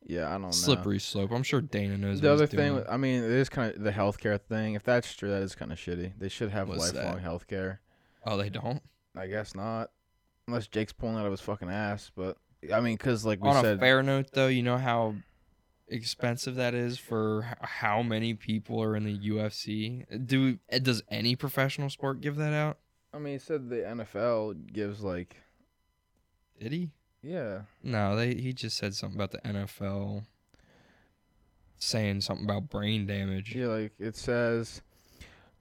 B: Yeah, I don't know.
A: Slippery slope. I'm sure Dana knows.
B: Oh, The
A: what
B: other
A: he's
B: thing,
A: doing.
B: I mean, it is kind of the healthcare thing. If that's true, that is kind of shitty. They should have
A: What's that?
B: lifelong healthcare.
A: oh, they don't
B: I guess not, unless Jake's pulling out of his fucking ass. But I mean, because like we
A: on
B: said,
A: a fair note though you know how expensive that is for h- how many people are in the ufc do eh, does any professional sport give that out
B: I mean, he said the NFL gives like,
A: did he
B: yeah,
A: no they he just said something about the nfl saying something about brain damage
B: Yeah, like it says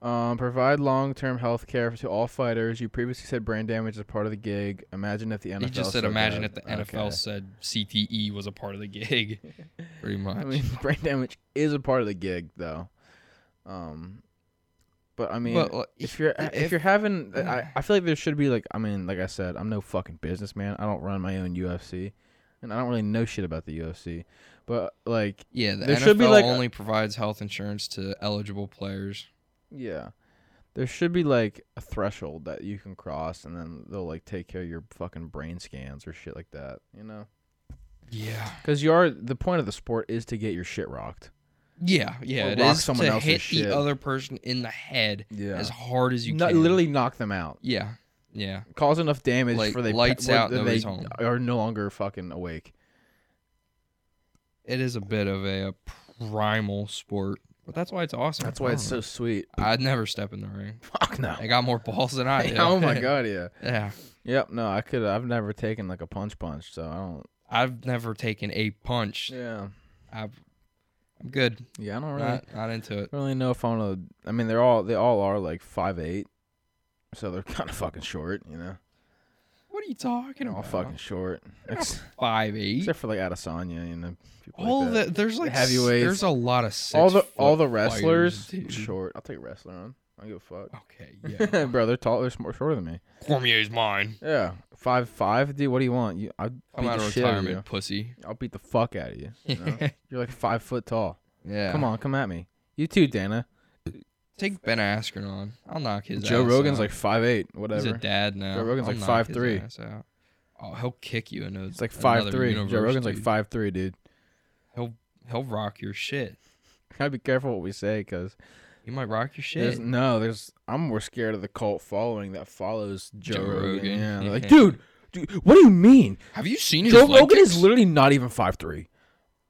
B: Um, provide long term health care to all fighters. You previously said brain damage is part of the gig. Imagine if the NFL.
A: he just said,
B: said
A: imagine if
B: that."
A: the NFL
B: Okay.
A: said CTE was a part of the gig. Pretty much.
B: I mean, brain damage is a part of the gig, though. Um, but I mean,
A: but like,
B: if you're if,
A: if- uh,
B: you're having, I, I feel like there should be like I mean, like I said, I'm no fucking businessman. I don't run my own UFC, and I don't really know shit about the UFC. But like,
A: yeah, the
B: there
A: NFL
B: should be, like, a-
A: only provides health insurance to eligible players.
B: yeah, there should be like a threshold that you can cross, and then they'll like take care of your fucking brain scans or shit like that. You know,
A: Yeah.
B: because you are the point of the sport is to get your shit rocked.
A: Yeah, yeah.
B: Or
A: It
B: rock
A: is
B: someone
A: to
B: else's
A: hit
B: shit.
A: the other person in the head
B: Yeah,
A: as hard as you
B: No-
A: can.
B: literally knock them out.
A: Yeah. Yeah.
B: cause enough damage
A: Like,
B: for they
A: lights
B: where
A: out,
B: they
A: nobody's home.
B: are no longer fucking awake.
A: It is a bit of a, primal sport, but that's why it's awesome.
B: That's why it's so sweet.
A: I'd never step in the ring.
B: Fuck no.
A: They got more balls than I do.
B: oh my god, yeah.
A: yeah.
B: Yep. No, I could. I've never taken like a punch punch, so I don't.
A: I've never taken a punch.
B: Yeah.
A: I've, I'm good.
B: Yeah, I don't really
A: Not, not into it.
B: really know if I want to. I mean, they're all they all are like five eight, so they're kind of fucking short, you know.
A: What are you talking
B: They're all
A: about?
B: fucking short, Ex-
A: five eight.
B: Oh, except for like Adesanya, you know. people
A: All
B: like
A: the
B: that.
A: there's like s-
B: heavyweights.
A: There's a lot of six
B: all the all the
A: foot
B: wrestlers
A: fighters, dude.
B: short. I'll take a wrestler on. I don't give a fuck.
A: Okay, yeah.
B: Bro, they're tall. They're sm- shorter than me.
A: Cormier's mine.
B: Yeah, five five, dude. What do you want? You, I'll
A: I'm
B: beat
A: out
B: the
A: of
B: shit out of
A: retirement, pussy.
B: you. I'll beat the fuck out of you. you know? You're like five foot tall.
A: yeah.
B: Come on, come at me. You too, Dana.
A: Take Ben Askren on. I'll knock his
B: Joe
A: ass
B: Rogan's
A: out.
B: like five eight, whatever.
A: He's a dad now.
B: Joe Rogan's
A: I'll
B: like
A: knock his
B: 5'3".
A: ass out. Oh, he'll kick you in a.
B: it's like five three. Joe Rogan's like
A: five.
B: five three, dude.
A: He'll he'll rock your shit.
B: Gotta be careful what we say, cause
A: He might rock your
B: there's
A: shit.
B: no, there's. I'm more scared of the cult following that follows Joe,
A: Joe
B: Rogan.
A: Rogan,
B: Yeah, they're like
A: yeah.
B: dude, dude, what do you mean?
A: Have you seen his?
B: Joe
A: leg
B: Rogan is
A: kicks?
B: literally not even five three.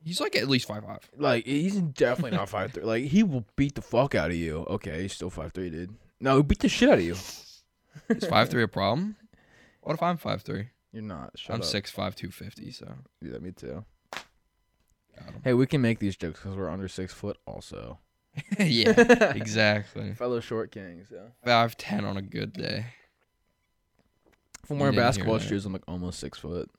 A: He's like at least five five.
B: Like he's definitely not five three. Like he will beat the fuck out of you. Okay, he's still five three, dude. No, he'll beat the shit out of you.
A: Is five three a problem? What if I'm five three?
B: You're not. Shut
A: I'm
B: up.
A: six five two fifty. So
B: Yeah, me too.
A: got him.
B: Hey, we can make these jokes because we're under six foot, also.
A: yeah, exactly.
B: Fellow short kings. Yeah.
A: Five ten on a good day.
B: If I'm
A: You
B: wearing
A: didn't hear
B: basketball
A: that.
B: shoes, I'm like almost six foot.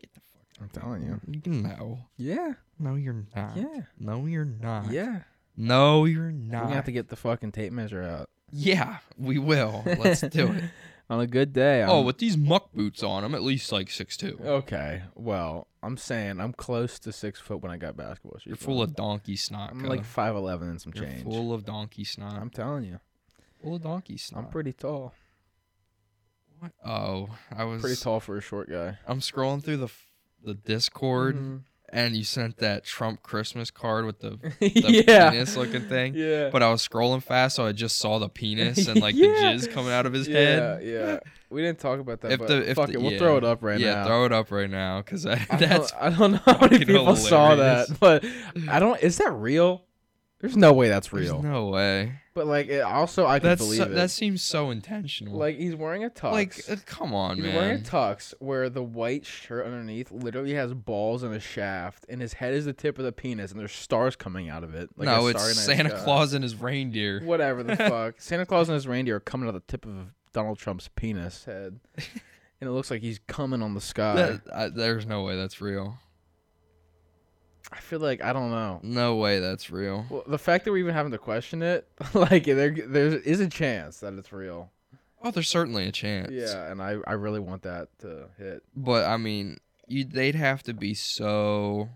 A: Get the fuck.
B: I'm telling
A: No,
B: Yeah.
A: no, you're not.
B: Yeah.
A: No, you're not.
B: Yeah.
A: No, you're
B: We're gonna
A: not.
B: have to get the fucking tape measure out.
A: yeah, we will. Let's do it.
B: On a good day. I'm,
A: Oh, with these muck boots on, I'm at least like six two.
B: Oh, Okay. Well, I'm saying I'm close to six foot when I got basketball shoes.
A: You're full of donkey snot.
B: I'm
A: cuz.
B: like five eleven and some
A: You're
B: change.
A: full of donkey snot.
B: I'm telling you,
A: full of donkey snot.
B: I'm pretty tall.
A: What? Oh, I was.
B: Pretty tall for a short guy.
A: I'm scrolling through the f- the Discord,
B: Mhm.
A: and you sent that Trump Christmas card with the, the
B: yeah.
A: penis looking thing.
B: Yeah.
A: But I was scrolling fast, so I just saw the penis and like
B: Yeah.
A: the jizz coming out of his
B: yeah,
A: head.
B: yeah. We didn't talk about that.
A: If
B: but
A: the- if
B: fuck
A: the-
B: it, we'll
A: yeah.
B: throw it up right
A: yeah,
B: now.
A: throw it up right now because
B: I
A: that's
B: don't, I don't know how many
A: fucking
B: people saw
A: hilarious.
B: that, but I don't. Is that real? There's no way that's
A: there's
B: real.
A: no way.
B: but like, it, also I can
A: That's
B: believe
A: so,
B: it.
A: that seems so intentional.
B: like he's wearing a tux.
A: like uh, come on,
B: he's
A: man.
B: wearing a tux where the white shirt underneath literally has balls and a shaft, and his head is the tip of the penis, and there's stars coming out of it. Like
A: no,
B: a
A: it's
B: Starry Night
A: Santa
B: Sky.
A: Claus and his reindeer.
B: Whatever the fuck. Santa Claus and his reindeer are coming out of the tip of Donald Trump's penis head, and it looks like he's coming on the sky.
A: That- Uh, I- there's no way that's real.
B: I feel like I don't know.
A: No way that's real.
B: Well, the fact that we're even having to question it, like there there is a chance that it's real.
A: Oh, there's certainly a chance.
B: Yeah, and I, I really want that to hit.
A: But I mean, you they'd have to be so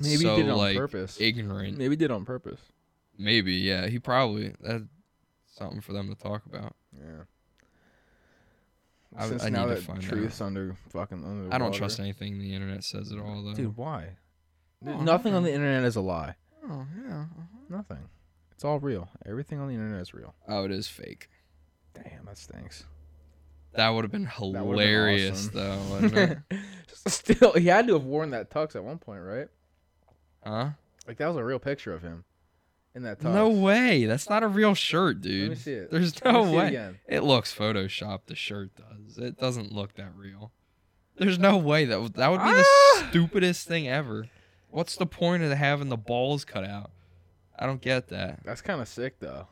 B: Maybe he
A: so,
B: did it on
A: like,
B: purpose.
A: ignorant.
B: Maybe he did it on purpose.
A: Maybe, yeah. He probably that's something for them to talk about.
B: Yeah.
A: I-
B: Since
A: I
B: now
A: need to
B: that
A: find
B: truth's under fucking under. The
A: I don't
B: water.
A: trust anything the internet says at all though.
B: Dude, why? Dude,
A: Oh,
B: Nothing on the
A: okay.
B: internet is a lie.
A: Oh yeah.
B: Nothing. It's all real. Everything on the internet is real.
A: Oh, it is fake.
B: Damn, that stinks.
A: That would have been
B: would've been
A: hilarious
B: awesome.
A: though, wouldn't it?
B: Still, he had to have worn that tux at one point, right?
A: huh?
B: Like that was a real picture of him in that tux.
A: No way. That's not a real shirt, dude.
B: me see it.
A: There's
B: Let me
A: no
B: see it
A: way.
B: again.
A: It looks photoshopped. The shirt does. It doesn't look that real. There's no way that would- that would be the
B: Ah!
A: stupidest thing ever. What's the point of having the balls cut out? I don't get that.
B: That's kind of sick though.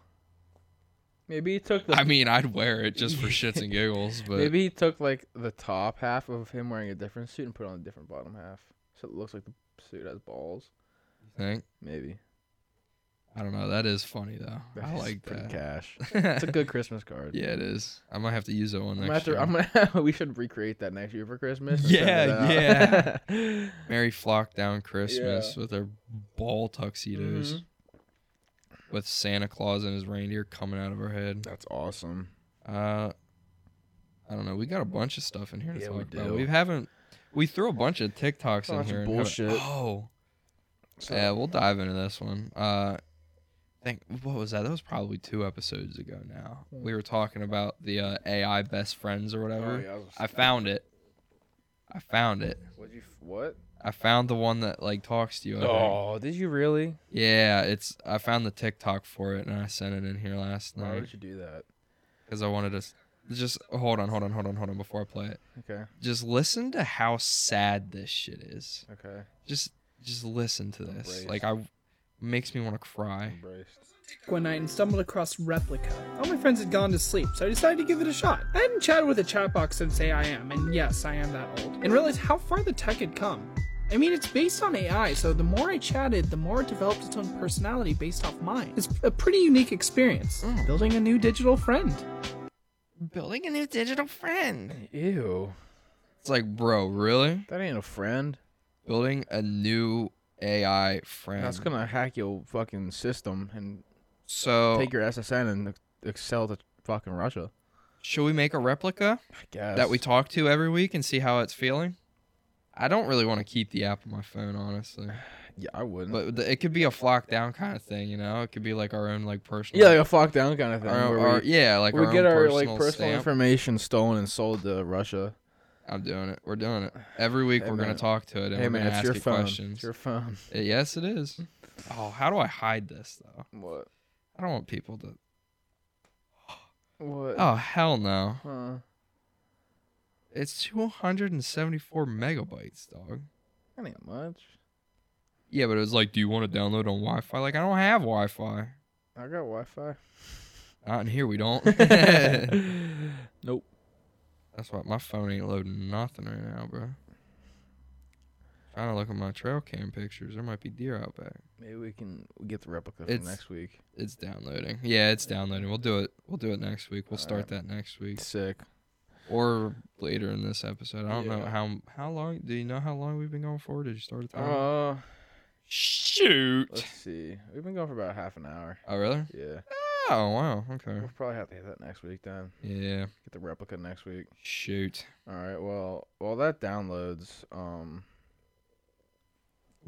B: Maybe he took the
A: I mean, I'd wear it just for shits and giggles, but
B: maybe he took like the top half of him wearing a different suit and put on a different bottom half, so it looks like the suit has balls.
A: I think
B: Maybe.
A: I don't know. That is funny though.
B: That's
A: I like
B: pretty
A: that.
B: Cash. It's a good Christmas card.
A: yeah, it is. I might have to use that one
B: I'm
A: next
B: gonna, have to-
A: year.
B: I'm gonna- we should recreate that next year for Christmas. and
A: Yeah,
B: send it out.
A: Mary flock down Christmas with their ball tuxedos,
B: Mhm.
A: with Santa Claus and his reindeer coming out of her head.
B: That's awesome.
A: Uh, I don't know. We got a bunch of stuff in here to
B: Yeah,
A: talk
B: we
A: about.
B: do.
A: We haven't. We threw a bunch of TikToks in
B: Bunch of
A: here. and kinda-
B: bullshit.
A: oh,
B: So, oh,
A: yeah. We'll dive into this one. Uh, I think what was that? That was probably two episodes ago. Now we were talking about the uh, AI best friends or
B: oh,
A: whatever.
B: yeah, I was-
A: I found it. I found it.
B: What'd you f- what?
A: I found the one that like talks to you. I think.
B: Oh, did you really?
A: Yeah, it's. I found the TikTok for it and I sent it in here last
B: Why
A: night
B: would you do that?
A: because I wanted to. s- Just hold on, hold on, hold on, hold on before I play it.
B: Okay,
A: Just listen to how sad this shit is.
B: okay.
A: Just, just listen to this.
B: Embrace.
A: Like I, makes me want to cry.
B: Embraced.
D: one night and stumbled across Replica. All my friends had gone to sleep, so I decided to give it a shot. I hadn't chatted with a chat box since AI am, and yes, I am that old, and realized how far the tech had come. I mean, it's based on AI, so the more I chatted, the more it developed its own personality based off mine. It's a pretty unique experience, building a new digital friend.
A: Building a new digital friend.
B: Ew,
A: It's like, bro, really?
B: that ain't a friend.
A: Building a new AI friend.
B: That's gonna hack your fucking system and
A: So,
B: take your SSN and ex- excel to fucking Russia.
A: should we make a replica?
B: I guess
A: that we talk to every week and see how it's feeling. I don't really want to keep the app on my phone, honestly.
B: yeah, I wouldn't.
A: But th- it could be a flock down kind of thing, you know. It could be like our own like personal.
B: yeah, like a flock down kind of thing.
A: our, own-
B: where
A: our-
B: we,
A: yeah, like
B: we
A: our
B: get
A: own
B: our
A: personal
B: like personal
A: stamp.
B: information stolen and sold to Russia.
A: I'm doing it. We're doing it every week.
B: Hey,
A: we're gonna
B: man.
A: talk to it and
B: hey
A: we're
B: man,
A: gonna
B: it's
A: ask
B: your
A: it
B: phone.
A: questions.
B: It's your phone.
A: Uh, yes, it is. Oh, how do I hide this though?
B: What?
A: I don't want people to.
B: What?
A: Oh hell no!
B: Huh.
A: It's 274 megabytes, dog.
B: That ain't much.
A: Yeah, but it was like, do you want to download on Wi-Fi? Like, I don't have Wi-Fi.
B: I got Wi-Fi.
A: Not in here, we don't.
B: nope.
A: That's why my phone ain't loading nothing right now, bro. Trying to look at my trail cam pictures. There might be deer out back.
B: Maybe we can get the replica for
A: It's-
B: next week.
A: It's downloading. Yeah, it's downloading. We'll do it. We'll do it next week. We'll start that next week
B: Sick.
A: or later in this episode. I don't know
B: Yeah.
A: how how long. Do you know how long we've been going for? Did you start a time?
B: Uh,
A: Shoot.
B: let's see. We've been going for about half an hour.
A: Oh really?
B: Yeah.
A: Oh wow. Okay.
B: We'll probably have to hit that next week then.
A: Yeah.
B: Get the replica next week.
A: Shoot.
B: All right. Well, while that downloads, um.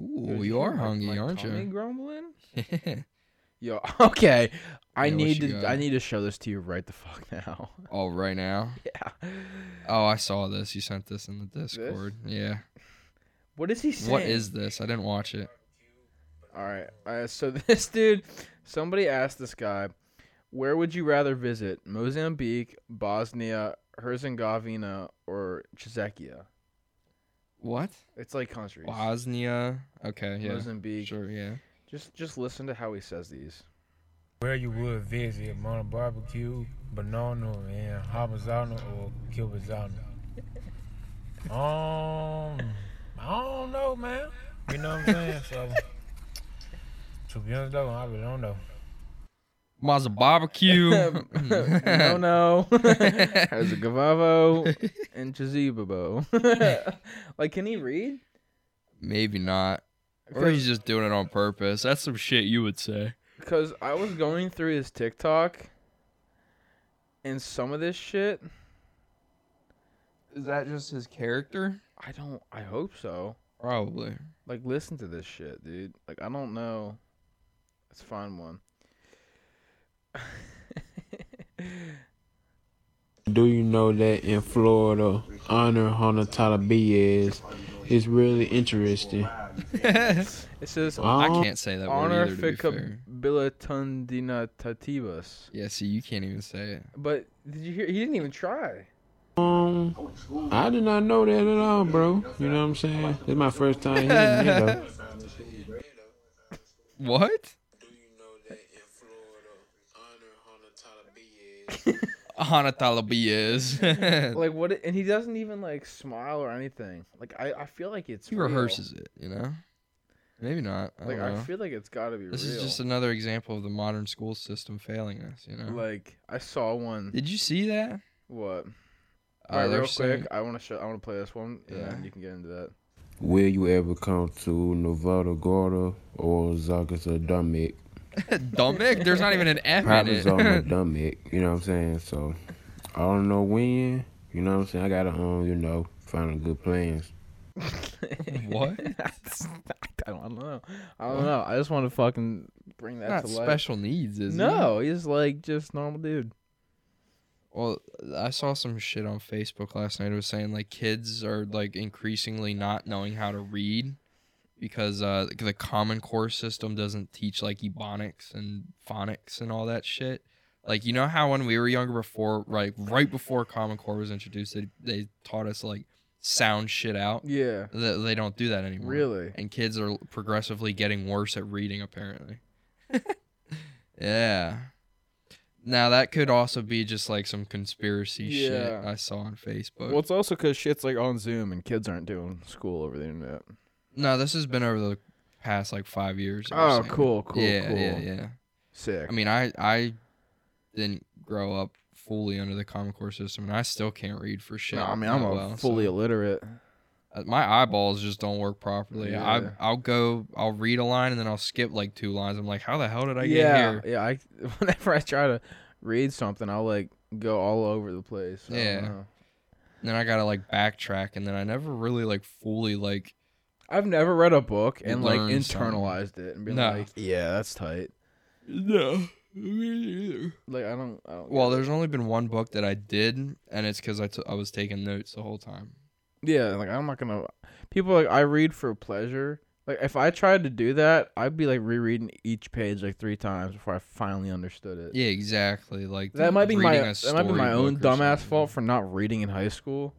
A: Ooh,
B: Dude,
A: you
B: hear
A: are
B: my-
A: hungry,
B: my
A: aren't
B: tummy
A: you?
B: grumbling?
A: Alrighty.
B: Yo, okay. I
A: Yeah, what
B: need
A: you
B: to.
A: got?
B: I need to show this to you right the fuck now.
A: oh, right now.
B: yeah.
A: Oh, I saw this. You sent this in the Discord. Yeah.
B: What is he saying?
A: What is this? I didn't watch it.
B: All right. Uh, so this dude, somebody asked this guy, where would you rather visit? Mozambique, Bosnia, Herzegovina, or Czechia?
A: What?
B: It's like countries.
A: Bosnia. Okay, yeah.
B: Mozambique.
A: Sure, yeah.
B: Just just listen to how he says these.
E: Where you would visit Mono Barbecue, Banana, and Habazana or Kilbazana? Um, I don't know, man. You know what I'm saying? So, to be honest, though, I really don't know.
A: Maza barbecue.
B: no, no. Herzegovavo and Chazibabo. like, can he read?
A: Maybe not. Or he's just doing it on purpose. That's some shit you would say.
B: Because I was going through his TikTok, and some of this shit,
A: Is that just his character?
B: I don't. I hope so.
A: Probably.
B: Like, listen to this shit, dude. Like, I don't know. Let's find one.
F: Do you know that in Florida, honor Hana Talabias is really interesting?
B: It says
F: Wow.
A: I can't say that word either, to be fair.
B: honorficabilitundina tatibus.
A: Yeah, see, you can't even say it.
B: But did you hear? He didn't even try.
F: Um, I did not know that at all, bro. You know what I'm saying? This is my first time hearing it, though.
A: What? Hanatalabi is.
B: Like what? it- And he doesn't even like smile or anything. Like I, I feel like it's
A: he
B: real.
A: rehearses it, you know? Maybe not. I
B: Like
A: don't
B: I
A: know.
B: feel like it's got to be
A: This
B: real.
A: is just another example of the modern school system failing us, you know?
B: like I saw one.
A: Did you see that?
B: what?
A: Uh,
B: All right,
A: they're
B: real
A: saying-
B: quick. I want to show. I want to play this one. Yeah.
A: Yeah.
B: And you can get into that.
F: Will you ever come to Nevada Gorda or Zagasa Dumick?
A: Dumbick? There's not even an F in
F: Probably
A: it.
F: Zoma Dumick, you know what I'm saying? So I don't know when, you know what I'm saying? I gotta um, you know, find a good plans.
A: What?
B: I don't, I don't know. I don't know. I just want to fucking bring that
A: not
B: to life.
A: special needs, is it?
B: No, he's like just normal dude.
A: Well, I saw some shit on Facebook last night. It was saying like kids are like increasingly not knowing how to read because uh, the Common Core system doesn't teach like ebonics and phonics and all that shit. Like you know how when we were younger before, like right before Common Core was introduced, they, they taught us like sound shit out.
B: Yeah.
A: They, they don't do that anymore.
B: Really?
A: And kids are progressively getting worse at reading, apparently. yeah. Now that could also be just like some conspiracy shit
B: Yeah.
A: I saw on Facebook.
B: Well, it's also because shit's like on Zoom and kids aren't doing school over the internet.
A: no, this has been over the past like five years. they were
B: Oh,
A: saying.
B: cool, cool,
A: yeah,
B: cool.
A: yeah, yeah.
B: Sick.
A: I mean, I I didn't grow up fully under the Common Core system, and I still can't read for shit.
B: no, I mean I'm
A: that
B: a
A: well, so-
B: fully illiterate.
A: Uh, my eyeballs just don't work properly.
B: Yeah.
A: I I'll go, I'll read a line and then I'll skip like two lines. I'm like, how the hell did I
B: yeah,
A: get here?
B: yeah. I whenever I try to read something, I'll like go all over the place. I don't
A: Yeah.
B: know.
A: And then I gotta like backtrack, and then I never really like fully like.
B: I've never read a book and like
A: Learn something.
B: internalized it and been
A: No.
B: like, yeah, that's tight.
A: No, me either.
B: Like I don't. I don't
A: Well, there's only been one book that I did, and it's because I t- I was taking notes the whole time.
B: Yeah, like I'm not gonna. People are like I read for pleasure. Like if I tried to do that, I'd be like rereading each page like three times before I finally understood it.
A: Yeah, exactly. Like
B: that might be my
A: reading a
B: that might be my own
A: storybook or
B: dumbass
A: something.
B: fault for not reading in high school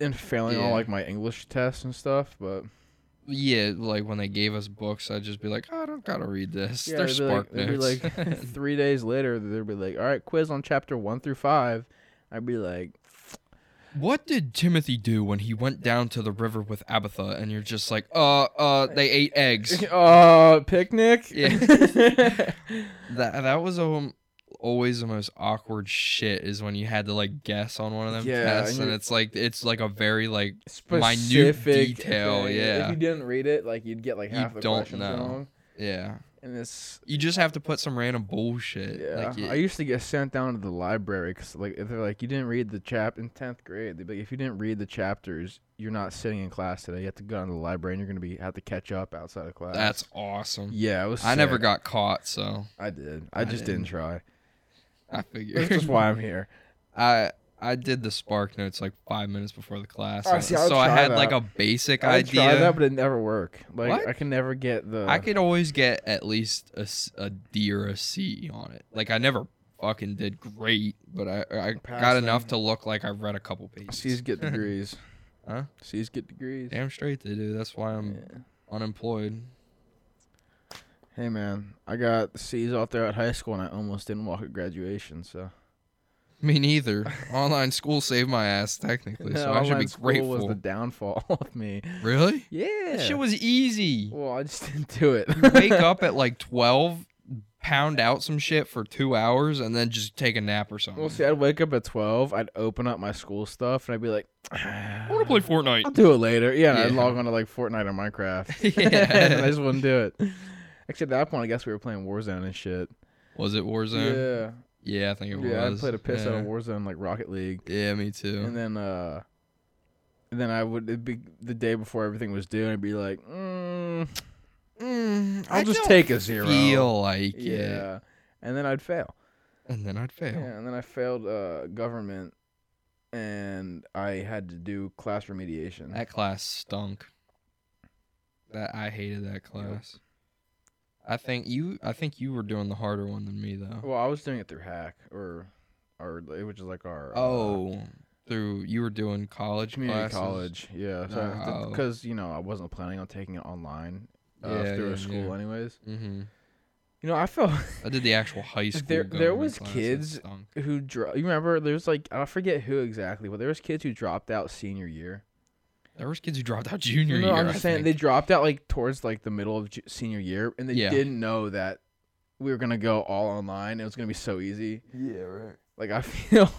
B: and failing all
A: Yeah.
B: like my English tests and stuff. But
A: Yeah, like when they gave us books, I'd just be like, "Oh, I don't gotta read this.
B: yeah,
A: They're
B: they'd be like,
A: spark
B: they'd be
A: notes.
B: like three days later, they'd be like, all right, quiz on chapter one through five. I'd be like,
A: What did Timothy do when he went down to the river with Abatha? And you're just like, uh, uh, they ate eggs.
B: uh, picnic.
A: Yeah. that that was um, always the most awkward shit is when you had to like guess on one of them
B: Yeah,
A: tests,
B: and
A: and
B: you-
A: it's like it's like a very like Minute
B: specific
A: detail,
B: thing.
A: yeah.
B: If you didn't read it, like you'd get like
A: You
B: half the
A: don't
B: questions
A: know.
B: wrong,
A: yeah,
B: and it's
A: you just have to put some random bullshit.
B: yeah.
A: Uh, like, you-
B: I used to get sent down to the library because like if they're like you didn't read the chap in tenth grade, they'd be like if you didn't read the chapters, you're not sitting in class today. You have to go down to the library and you're gonna be have to catch up outside of class.
A: that's awesome.
B: yeah. It was
A: I never
B: sick.
A: got caught, so
B: I did. I,
A: I
B: just
A: didn't.
B: didn't, try.
A: I figured
B: That's just why I'm here.
A: I. I did the spark notes like five minutes before the class,
B: Oh,
A: and-
B: see, I would
A: so I
B: try
A: had like
B: that.
A: a basic
B: I
A: idea.
B: tried that, but it never worked. Like
A: What?
B: I can never get the.
A: I could always get at least a, s- a D or a C on it. Like I never fucking did great, but I I got
B: Passing.
A: enough to look like I read a couple pages.
B: C's get degrees.
A: Huh?
B: C's get degrees.
A: Damn straight they do. That's why I'm
B: Yeah.
A: unemployed.
B: Hey man, I got C's out there at high school, and I almost didn't walk at graduation. So
A: Me neither. Online school saved my ass technically, so I should be
B: online school
A: grateful.
B: Was the downfall of me.
A: Really?
B: Yeah.
A: That shit was easy.
B: well, I just didn't do it.
A: You wake up at like twelve, pound out some shit for two hours, and then just take a nap or something.
B: Well, see, I'd wake up at twelve. I'd open up my school stuff, and I'd be like, "Ah,
A: I want to play Fortnite.
B: "I'll do it later." Yeah, and I'd
A: Yeah.
B: log on to like Fortnite or Minecraft.
A: Yeah.
B: and I just wouldn't do it. Except at that point, I guess we were playing Warzone and shit.
A: Was it Warzone?
B: Yeah,
A: Yeah, I think it was.
B: yeah. I played a piss out
A: Yeah.
B: of Warzone, like Rocket League.
A: Yeah, me too.
B: and then uh and then I would it'd be the day before everything was due, and I'd be like, mm,
A: Mm,
B: "I'll
A: I
B: just
A: don't
B: take a zero.
A: Feel like it,
B: yeah, and then I'd fail.
A: and then I'd fail.
B: Yeah, and then I failed uh, government, and I had to do class remediation.
A: That class stunk. That I hated that class. I think you. I think you were doing the harder one than me though.
B: well, I was doing it through hack or or which is like our uh,
A: Oh, through you were doing college
B: community
A: classes? Oh.
B: college. Yeah,
A: No.
B: because you know I wasn't planning on taking it online uh,
A: Yeah,
B: through
A: yeah,
B: a school
A: yeah.
B: anyways.
A: Mhm.
B: You know, I felt
A: I did the actual high school.
B: There- there
A: government
B: was
A: class, that
B: kids-
A: stunk.
B: who dro- you remember there was like I forget who exactly, but there was kids who dropped out senior year.
A: There was kids who dropped out junior
B: no,
A: year.
B: I'm
A: I
B: just saying they
A: think.
B: dropped out like towards like the middle of ju- senior year, and they
A: Yeah.
B: didn't know that we were gonna go all online. It was gonna be so easy.
F: Yeah, right.
B: Like I feel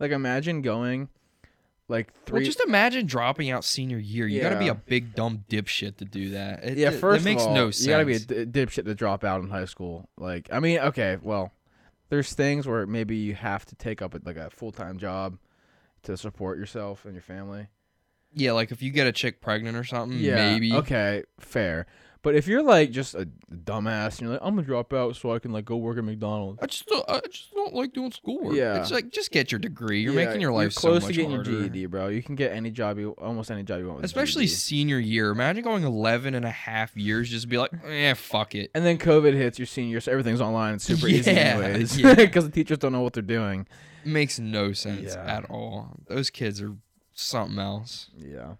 B: like imagine going like three.
A: Well, just imagine dropping out senior year. You got to be
B: Yeah.
A: a big dumb dipshit to do that. It,
B: yeah,
A: it-
B: first
A: it makes
B: of all,
A: no sense.
B: you gotta be a d- dipshit to drop out in high school. Like I mean, okay, well, there's things where maybe you have to take up like a full time job to support yourself and your family.
A: yeah, like if you get a chick pregnant or something,
B: Yeah.
A: maybe.
B: Okay, fair. But if you're like just a dumbass and you're like, I'm gonna drop out so I can like go work at McDonald's.
A: I just don't, I just don't like doing schoolwork.
B: Yeah.
A: It's like just get your degree. You're
B: Yeah,
A: making your life
B: you're close
A: so
B: to
A: much
B: getting
A: harder.
B: your E GED, bro. You can get any job you, almost any job you want. With E a
A: Especially
B: GED.
A: senior year. Imagine going 11 and a half years just be like, "Eh, fuck it."
B: And then COVID hits your senior, year, so everything's online. It's super easy,
A: Yeah,
B: anyways,
A: yeah.
B: because the teachers don't know what they're doing.
A: Makes no sense
B: Yeah.
A: at all. Those kids are something else.
B: Yeah,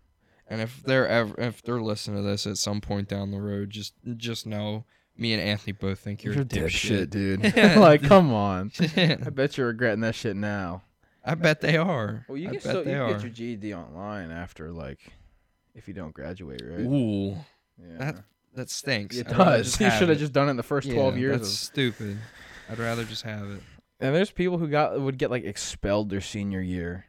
A: And if they're ever if they're listening to this at some point down the road, just just know me and Anthony both think you're,
B: you're
A: a
B: a dipshit,
A: dipshit.
B: dude. like, come on. I bet you're regretting that shit now.
A: I bet they are.
B: Well, you
A: I
B: can
A: bet
B: still you
A: they
B: can
A: are.
B: get your GED online after like, if you don't graduate, right?
A: Ooh,
B: yeah.
A: that that stinks.
B: It
A: I'd rather
B: does. You should have
A: it.
B: just done it in the first
A: Yeah,
B: 12 years.
A: That's
B: of-
A: stupid. I'd rather just have it.
B: and there's people who got would get like expelled their senior year.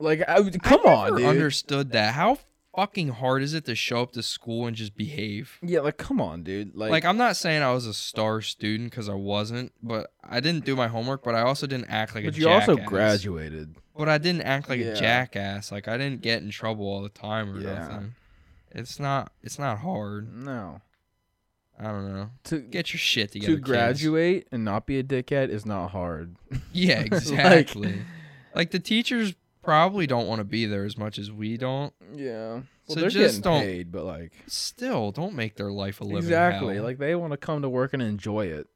B: Like, I, would- come
A: I
B: on,
A: never
B: dude.
A: Understood that? How fucking hard is it to show up to school and just behave?
B: yeah, like come on, dude. Like,
A: Like, I'm not saying I was a star student because I wasn't, but I didn't do my homework. But I also didn't act like
B: but
A: a
B: you
A: jackass.
B: also graduated.
A: But I didn't act like
B: Yeah.
A: a jackass. Like I didn't get in trouble all the time or
B: Yeah.
A: nothing. It's not. It's not hard.
B: No,
A: I don't know.
B: to
A: Get your shit together.
B: to
A: kids.
B: graduate and not be a dickhead is not hard.
A: Yeah, exactly. like, the teachers probably don't want to be there as much as we don't.
B: Yeah. Well,
A: So
B: they're
A: just
B: getting
A: don't-
B: paid, but like
A: Still, don't make their life a living
B: exactly,
A: hell.
B: like they want to come to work and enjoy it.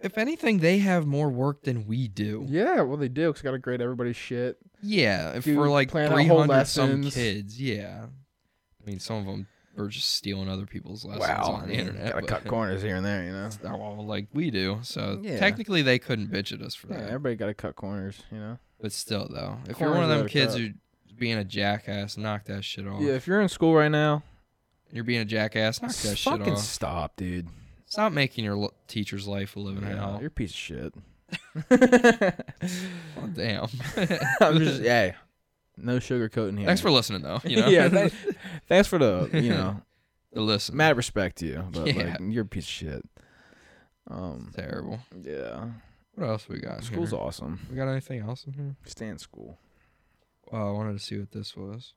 A: if anything, they have more work than we do.
B: Yeah, well they do. Cause got to grade everybody's shit.
A: Yeah, if
B: Dude,
A: we're like
B: plan out
A: three
B: whole
A: hundred some
B: lessons.
A: kids. Yeah, I mean, some of them are just stealing other people's lessons on the internet.
B: gotta
A: but
B: cut corners here and there, you know.
A: they're all like we do, so
B: Yeah.
A: technically they couldn't bitch at us for
B: Yeah,
A: that.
B: everybody gotta cut corners, you know.
A: But still, though, if you're
B: Corners
A: one of them
B: gotta
A: kids
B: cut.
A: who's being a jackass, knock that shit off.
B: Yeah, if you're in school right now,
A: You're being a jackass, knock that shit
B: fucking
A: off.
B: stop, dude.
A: Stop making your l- teacher's life a living
B: Yeah,
A: hell.
B: you're a piece of shit.
A: Oh, damn.
B: I'm just, hey, no sugarcoating here.
A: Thanks for listening, though. You know?
B: yeah, thanks, thanks for the you know
A: the listen.
B: mad respect to you, but
A: Yeah.
B: like you're a piece of shit. Um,
A: Terrible.
B: yeah,
A: What else we got? in
B: school's
A: here?
B: awesome.
A: We got anything else in here?
B: Stay in school.
A: Oh, I wanted to see what this was.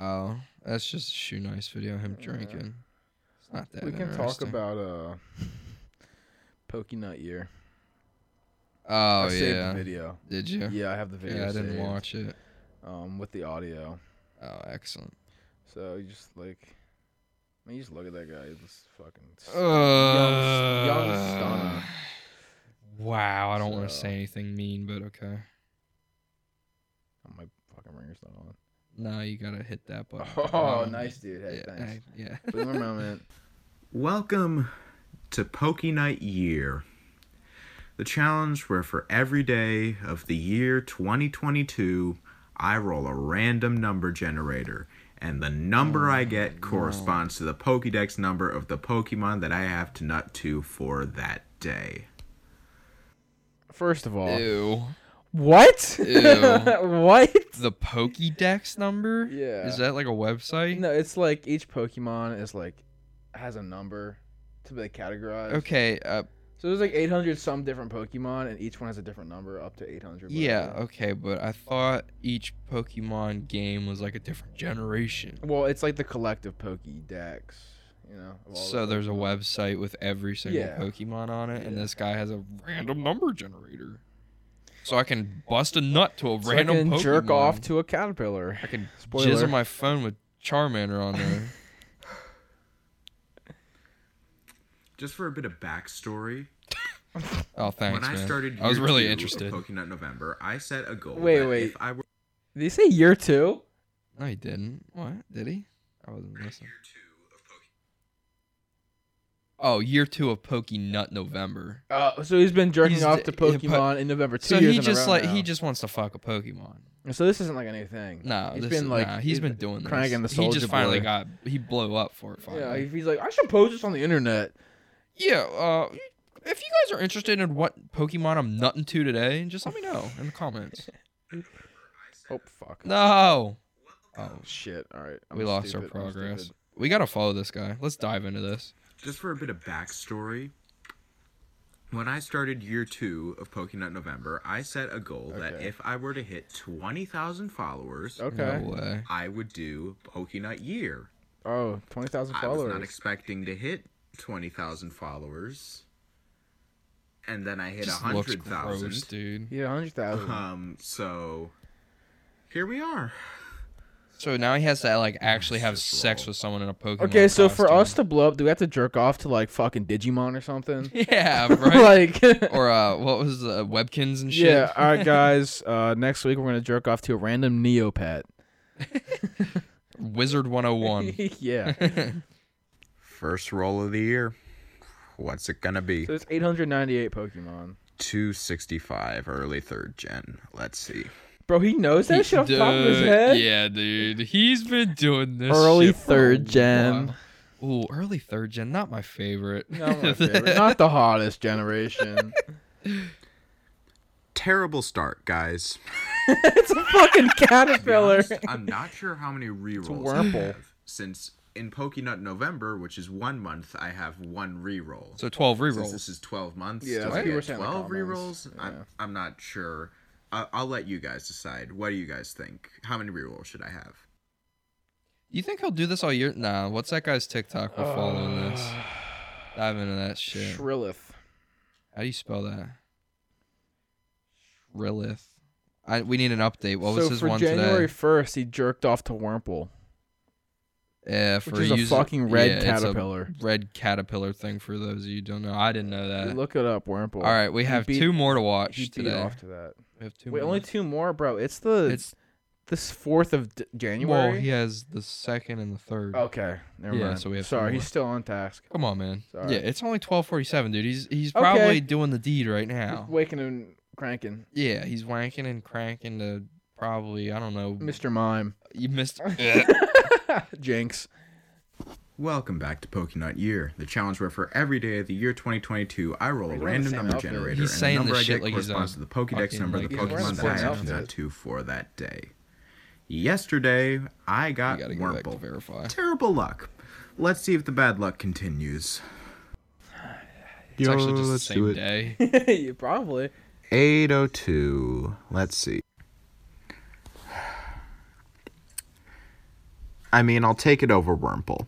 A: Oh, that's just a shoe nice video. Him
B: Yeah.
A: drinking. It's not that.
B: we can talk
A: interesting.
B: about uh, Pokey Nut Year.
A: Oh
B: I saved the
A: yeah.
B: video.
A: Did you?
B: Yeah. I have the video.
A: Yeah, I didn't
B: saved,
A: watch it.
B: Um, with the audio.
A: Oh, excellent.
B: So you just like, I mean, you just look at that guy. He looks fucking. s-
A: Oh. Uh,
B: young stunner.
A: Wow, I don't want to
B: So-
A: say anything mean, but okay.
B: Oh, my fucking ringer's not on.
A: No, you gotta hit that button.
B: Oh, nice dude. Hey,
A: Um, Yeah,
B: thanks.
A: I- yeah.
B: Boomer moment.
G: Welcome to Poke Night Year, the challenge where for every day of the year 2022, I roll a random number generator, and the number I
A: Oh,
G: get corresponds to the Pokedex number of the Pokemon that I have to nut to for that day.
B: First of all,
A: Ew.
B: what? what?
A: The Pokédex number?
B: Yeah.
A: Is that like a website?
B: No, it's like each Pokemon is like has a number to be like categorized.
A: Okay. Uh,
B: So there's like 800 some different Pokemon, and each one has a different number up to 800.
A: yeah.
B: whatever.
A: Okay, but I thought each Pokemon game was like a different generation.
B: Well, it's like the collective Pokédex, you know. of all the
A: So there's a
B: Pokemon.
A: website with every single
B: Yeah.
A: Pokemon on it, and
B: Yeah.
A: this guy has a random number generator. So I can bust a nut to a
B: So I
A: random
B: can
A: Pokemon.
B: jerk off to a caterpillar.
A: I can jizz
B: Spoiler.
A: on my phone with Charmander on there.
G: Just for a bit of backstory,
A: Oh, thanks,
G: when I
A: man.
G: started
A: I was
G: year
A: really
G: two of
A: interested.
G: Pokenut November, I set a goal.
B: Wait,
G: that
B: wait.
G: If I were
B: Did he say year two?
A: No, he didn't. What? Did he? I wasn't listening.
G: two of Poke-
A: Oh, year two of Pokey Nut November.
B: Uh, so he's been jerking
A: He's
B: off
A: d-
B: to
A: yeah, but-
B: Pokemon in November two
A: so
B: years
A: he
B: in
A: just
B: a row
A: like
B: now.
A: he just wants to fuck a Pokemon.
B: So this isn't like a new thing.
A: No,
B: he's
A: this
B: been
A: is-
B: like
A: nah, he's been doing this.
B: cranking the
A: he
B: Soulja
A: just finally
B: Boy.
A: got he blew up for it
B: Yeah,
A: finally.
B: if he's like, I should post this on the internet.
A: Yeah, uh, if you guys are interested in what Pokemon I'm nutting to today, just let me know in the comments.
B: Oh fuck.
A: no,
B: Oh shit. All right. I'm
A: we lost our
B: stupid, I'm
A: progress.
B: stupid.
A: We gotta follow this guy. Let's dive into this.
G: Just for a bit of backstory, when I started year two of Pokenut November, I set a goal that
B: Okay.
G: if I were to hit 20,000 followers,
B: Okay.
A: No way.
G: I would do Pokenut Year.
B: Oh, 20,000
G: I was not
B: followers.
G: expecting to hit 20,000 followers. And then I hit
A: Just looks gross,
G: 100,000.
A: dude.
B: yeah, 100,000.
G: Um, so here we are.
A: So now he has to like actually have
G: just
A: sex
G: wrong.
A: with someone in a Pokemon.
B: Okay, so for
A: costume.
B: us to blow up, do we have to jerk off to like fucking Digimon or something?
A: yeah, right?
B: like
A: or uh, what was the Webkins and shit?
B: Yeah, all right guys, uh next week we're going to jerk off to a random Neopet.
A: Wizard 101.
B: yeah.
G: First roll of the year. What's it gonna be?
B: So it's 898 Pokemon.
G: 265 early third gen. Let's see.
B: Bro, he knows that shit off the top of his head.
A: Yeah, dude. He's been doing this
B: Early
A: shit for a
B: third gen.
A: while. Ooh, early third gen, not my favorite.
B: Not, my favorite. Not the hottest generation.
G: Terrible start, guys.
B: it's a fucking
G: To be
B: caterpillar.
G: honest, I'm not sure how many rerolls I
B: Wurmple.
G: have since in Pokenut November, which is one month, I have one reroll.
A: So 12
G: Since
A: rerolls.
G: this is 12 months,
B: Yeah,
G: yeah,
B: that's what you were saying in the
G: 12
B: comments.
G: rerolls? I'm, I'm not sure. I, I'll let you guys decide. What do you guys think? How many rerolls should I have?
A: You think he'll do this all year? Nah, what's that guy's TikTok? We're following this.
B: Uh,
A: Dive into that shit.
B: Ah, Shrillith.
A: How do you spell that? Rilith. I, we need an update. What was
B: so
A: his
B: for
A: one
B: January
A: today?
B: 1st, he jerked off to Wurmple,
A: Yeah, for
B: which is a
A: user-
B: fucking red
A: yeah, it's a
B: caterpillar.
A: red caterpillar thing for those of you who don't know. I didn't know that.
B: Look it up, Wurmple.
A: Uh, all right, we
B: He
A: have
B: beat-
A: two more to
B: He
A: watch
B: beat
A: today.
B: off to that.
A: We have two
B: Wait,
A: more.
B: only two more, bro. It's the
A: It's
B: this fourth of d- January. Oh,
A: Well, he has the second and the third.
B: Okay, never
A: Yeah,
B: mind.
A: so we have two
B: Sorry, he's
A: more.
B: still on task.
A: Come on, man.
B: Sorry.
A: Yeah, it's only twelve forty seven, dude. He's he's
B: Okay.
A: probably doing the deed right now.
B: He's waking and cranking,
A: Yeah, he's wanking and cranking to probably I don't know.
B: Mr. Mime,
A: You missed.
B: Jinx.
G: Welcome back to Pokenut Year, the challenge where for every day of the year 2022, I roll
B: we're
G: a
B: on the
G: random
B: same
G: number
B: outfit.
G: generator,
A: He's
G: and the
A: saying
G: number
A: this
G: I
A: shit
G: get
A: like he's
G: corresponds to
A: on
G: the Pokedex
A: fucking,
G: number of the
A: like, he's
B: wearing
G: Pokemon
B: the
G: that I
B: same
G: actions
B: outfit.
G: out to for that day. Yesterday, I
A: You
G: got
A: gotta go back to
G: Wurmple.
A: verify.
G: Terrible luck. Let's see if the bad luck continues.
A: It's actually just the same day.
B: Yeah, Probably.
G: 802. Let's see. I mean, I'll take it over Wurmple.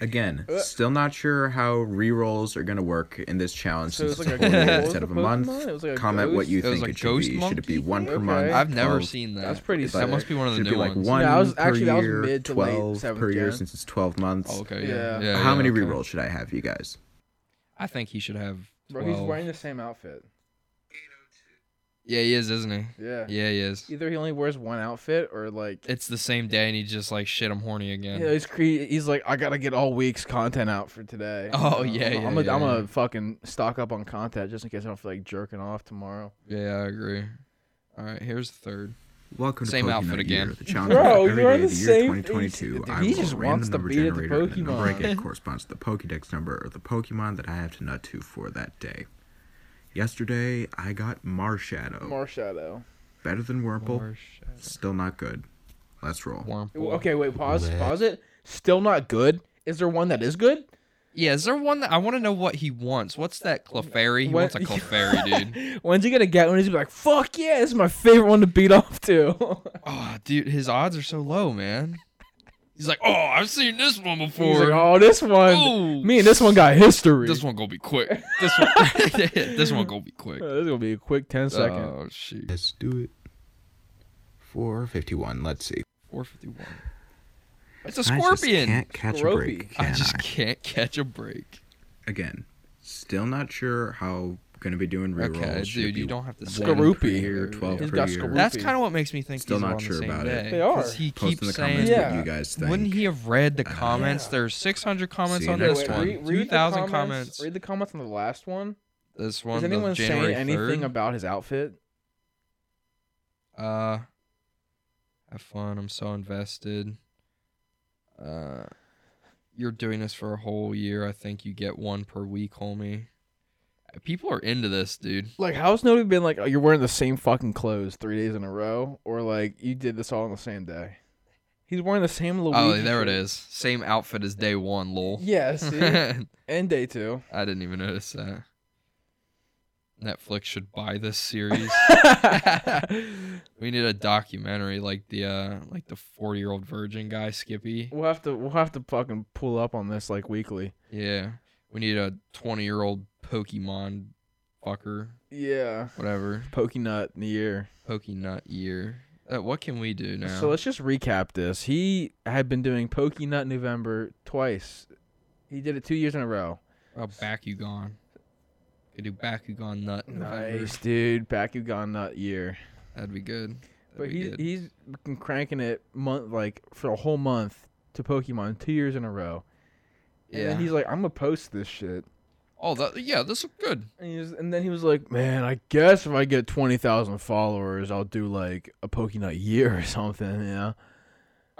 G: Again, still not sure how rerolls are going to work in this challenge
B: So
G: since
B: it's
G: it's
B: like
G: four
B: a-
G: days
B: what was
G: instead
B: the
G: of a month.
B: Pokemon? It was like a
G: Comment what
B: ghost?
G: you
A: It was
G: think
A: a
G: it should
A: ghost
G: be. Should it be
A: monkey?
G: one per
B: Okay.
G: month?
A: I've never
G: 12?
A: seen that.
B: That's pretty
A: That
B: sick.
A: must be one of the
G: Should it
A: new
G: be like
A: ones.
G: one
B: Yeah, I was-
G: per
B: actually, that was
G: year,
B: mid to late
G: 12 per
B: seventh
G: year
B: gen.
G: since it's 12 months.
A: Oh, okay.
B: Yeah.
A: Yeah. yeah
G: how
A: yeah,
G: many
A: okay.
G: rerolls should I have, you guys?
A: I think he should have.
B: Bro,
A: 12.
B: he's wearing the same outfit.
A: Yeah, he is, isn't he?
B: Yeah.
A: Yeah, he is.
B: Either he only wears one outfit or like
A: It's the same day, and he's just like, shit, I'm horny again.
B: Yeah, he's cre- he's like, I gotta get all week's content out for today.
A: Oh, yeah,
B: Uh, I'm,
A: yeah,
B: I'm,
A: yeah,
B: am
A: yeah.
B: gonna fucking stock up on content just in case I don't feel like jerking off tomorrow.
A: Yeah, I agree. All right, here's the third.
G: Welcome
A: Same
G: to Pokemon
A: outfit again.
G: Year, the challenge
B: Bro,
G: of every
B: you're
G: day
B: the
G: of the year
B: same-
G: 2022.
B: he's-
G: I
B: he
G: roll
B: just
G: a
B: wants
G: random
B: to
G: number
B: beat at the
G: generator, and the number I
B: Pokemon.
G: get corresponds to the Pokedex number of the Pokemon that I have to nut to for that day. Yesterday, I got Marshadow.
B: Marshadow.
G: Better than Wurmple,
A: Or
G: still not good. Let's roll.
A: Wurmple.
B: Okay, wait, pause, pause it. Still not good. Is there one that is good?
A: Yeah, is there one that I want to know what he wants? What's that Clefairy? He wants
B: What-
A: a Clefairy, dude.
B: When's he gonna get one? He's gonna be like, fuck yeah, this is my favorite one to beat off to.
A: Oh, dude, his odds are so low, man. He's like, oh, I've seen this one
B: he's like,
A: before.
B: oh, this one.
A: Ooh.
B: Me and this one got history.
A: this one gonna be quick. This one, this one gonna be quick.
B: Uh, this is gonna be a quick 10 second.
A: Oh shoot,
G: Let's do it. 451, let's see.
A: four fifty one. It's a
G: I just
A: scorpion.
G: can't catch
B: Scropy.
G: a break,
A: I
G: can
A: just
G: I?
A: can't catch a break.
G: Again, still not sure how Going to be doing rerolls.
A: Okay,
G: Should it
A: dude, you
G: be
A: don't have to
G: one
A: say
G: per
B: Skaroopy.
G: year, twelve
B: He's
G: per
B: got
G: year.
B: Skaroopy.
A: That's kind of what makes me think
G: Still
A: these
G: not
A: are on
G: sure
A: the same
G: about it.
A: day.
D: They are.
A: 'cause He
G: Post
A: keeps
G: in the
A: saying,
G: comments
D: Yeah.
G: what you guys think.
A: wouldn't he have read the
G: I don't know.
A: comments? There's 600 comments
G: See you
A: on
G: next
A: this
G: time.
A: one,
G: Read-
A: 2,000
B: the
A: comments.
B: Read the comments on the last one.
A: This
B: Is
A: one, the
B: anyone
A: January
B: saying anything
A: 3rd.
B: about his outfit?
A: Uh, have fun. I'm so invested. Uh, you're doing this for a whole year. I think you get one per week, homie. Uh, People are into this, dude.
B: Like, how's nobody been like, oh, you're wearing the same fucking clothes three days in a row? Or like, you did this all on the same day? He's wearing the same Luigi.
A: Oh, there it
B: shirt.
A: is. Same outfit as day one, lol.
B: Yeah, see?
A: I
B: and day two.
A: didn't even notice that. Netflix should buy this series. we need a documentary like the uh like the 40-year-old virgin guy Skippy.
B: We'll have to we'll have to fucking pull up on this like weekly.
A: Yeah. We need a 20-year-old Pokemon fucker.
B: Yeah.
A: whatever
B: Pokenut in the year.
A: pokey nut year uh, what can we do now
B: So let's just recap this. He had been doing Pokenut November twice. He did it two years in a row.
A: oh, bakugan could do bakugan nut in November.
B: Nice, dude. Bakugan Nut year.
A: that'd be good That'd
B: But
A: be
B: he's
A: good.
B: he's been cranking it month like for a whole month to Pokemon two years in a row. And
A: yeah
B: then he's like, I'm gonna post this shit.
A: oh that yeah this is good
B: And, he was, and then he was like, Man, I guess if I get twenty thousand followers, I'll do like a Pokenut year or something. Yeah.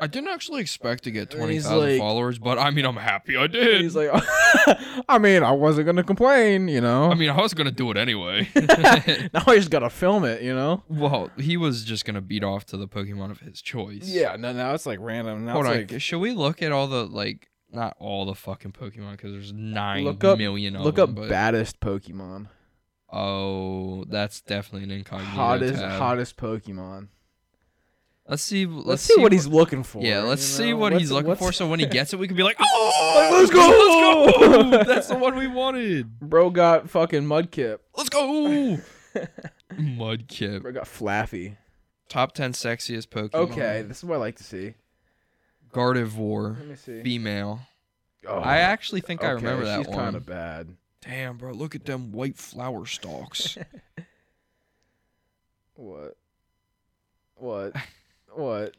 A: i didn't actually expect to get
B: And he's
A: 20000
B: like-
A: followers but i mean i'm happy i did
B: He's like, I mean, I wasn't gonna complain, you know.
A: i mean i was gonna do it anyway
B: now I just gotta film it, you know.
A: well he was just gonna beat off to the pokemon of his choice
B: Yeah. No, now it's like random. Now
A: hold
B: it's
A: on
B: like,
A: should we look at all the like not all the fucking pokemon because there's nine million
B: look up,
A: of
B: look
A: them
B: up
A: but-
B: baddest Pokemon,
A: Oh, that's definitely an
B: Oh,
A: incognito.
B: hottest,
A: tab.
B: hottest Pokemon.
A: Let's see. Let's,
B: Let's, see, what he's looking for.
A: Yeah, let's
B: you
A: see
B: know?
A: what
B: What's-
A: he's looking
B: what's-
A: for. So when he gets it, we can be like, "Oh,
B: Let's go!"
A: let's go! That's the one we wanted.
B: Bro got fucking Mudkip.
A: Let's go!" Mudkip,
B: Bro got Flaffy.
A: top ten sexiest Pokemon.
B: Okay, this is what I like to see. Let
A: Gardevoir,
B: me see.
A: female.
B: Oh,
A: I actually think I
B: okay,
A: remember that
B: she's
A: one.
B: kind of bad.
A: Damn, bro, look at them white flower stalks.
B: What? What? What?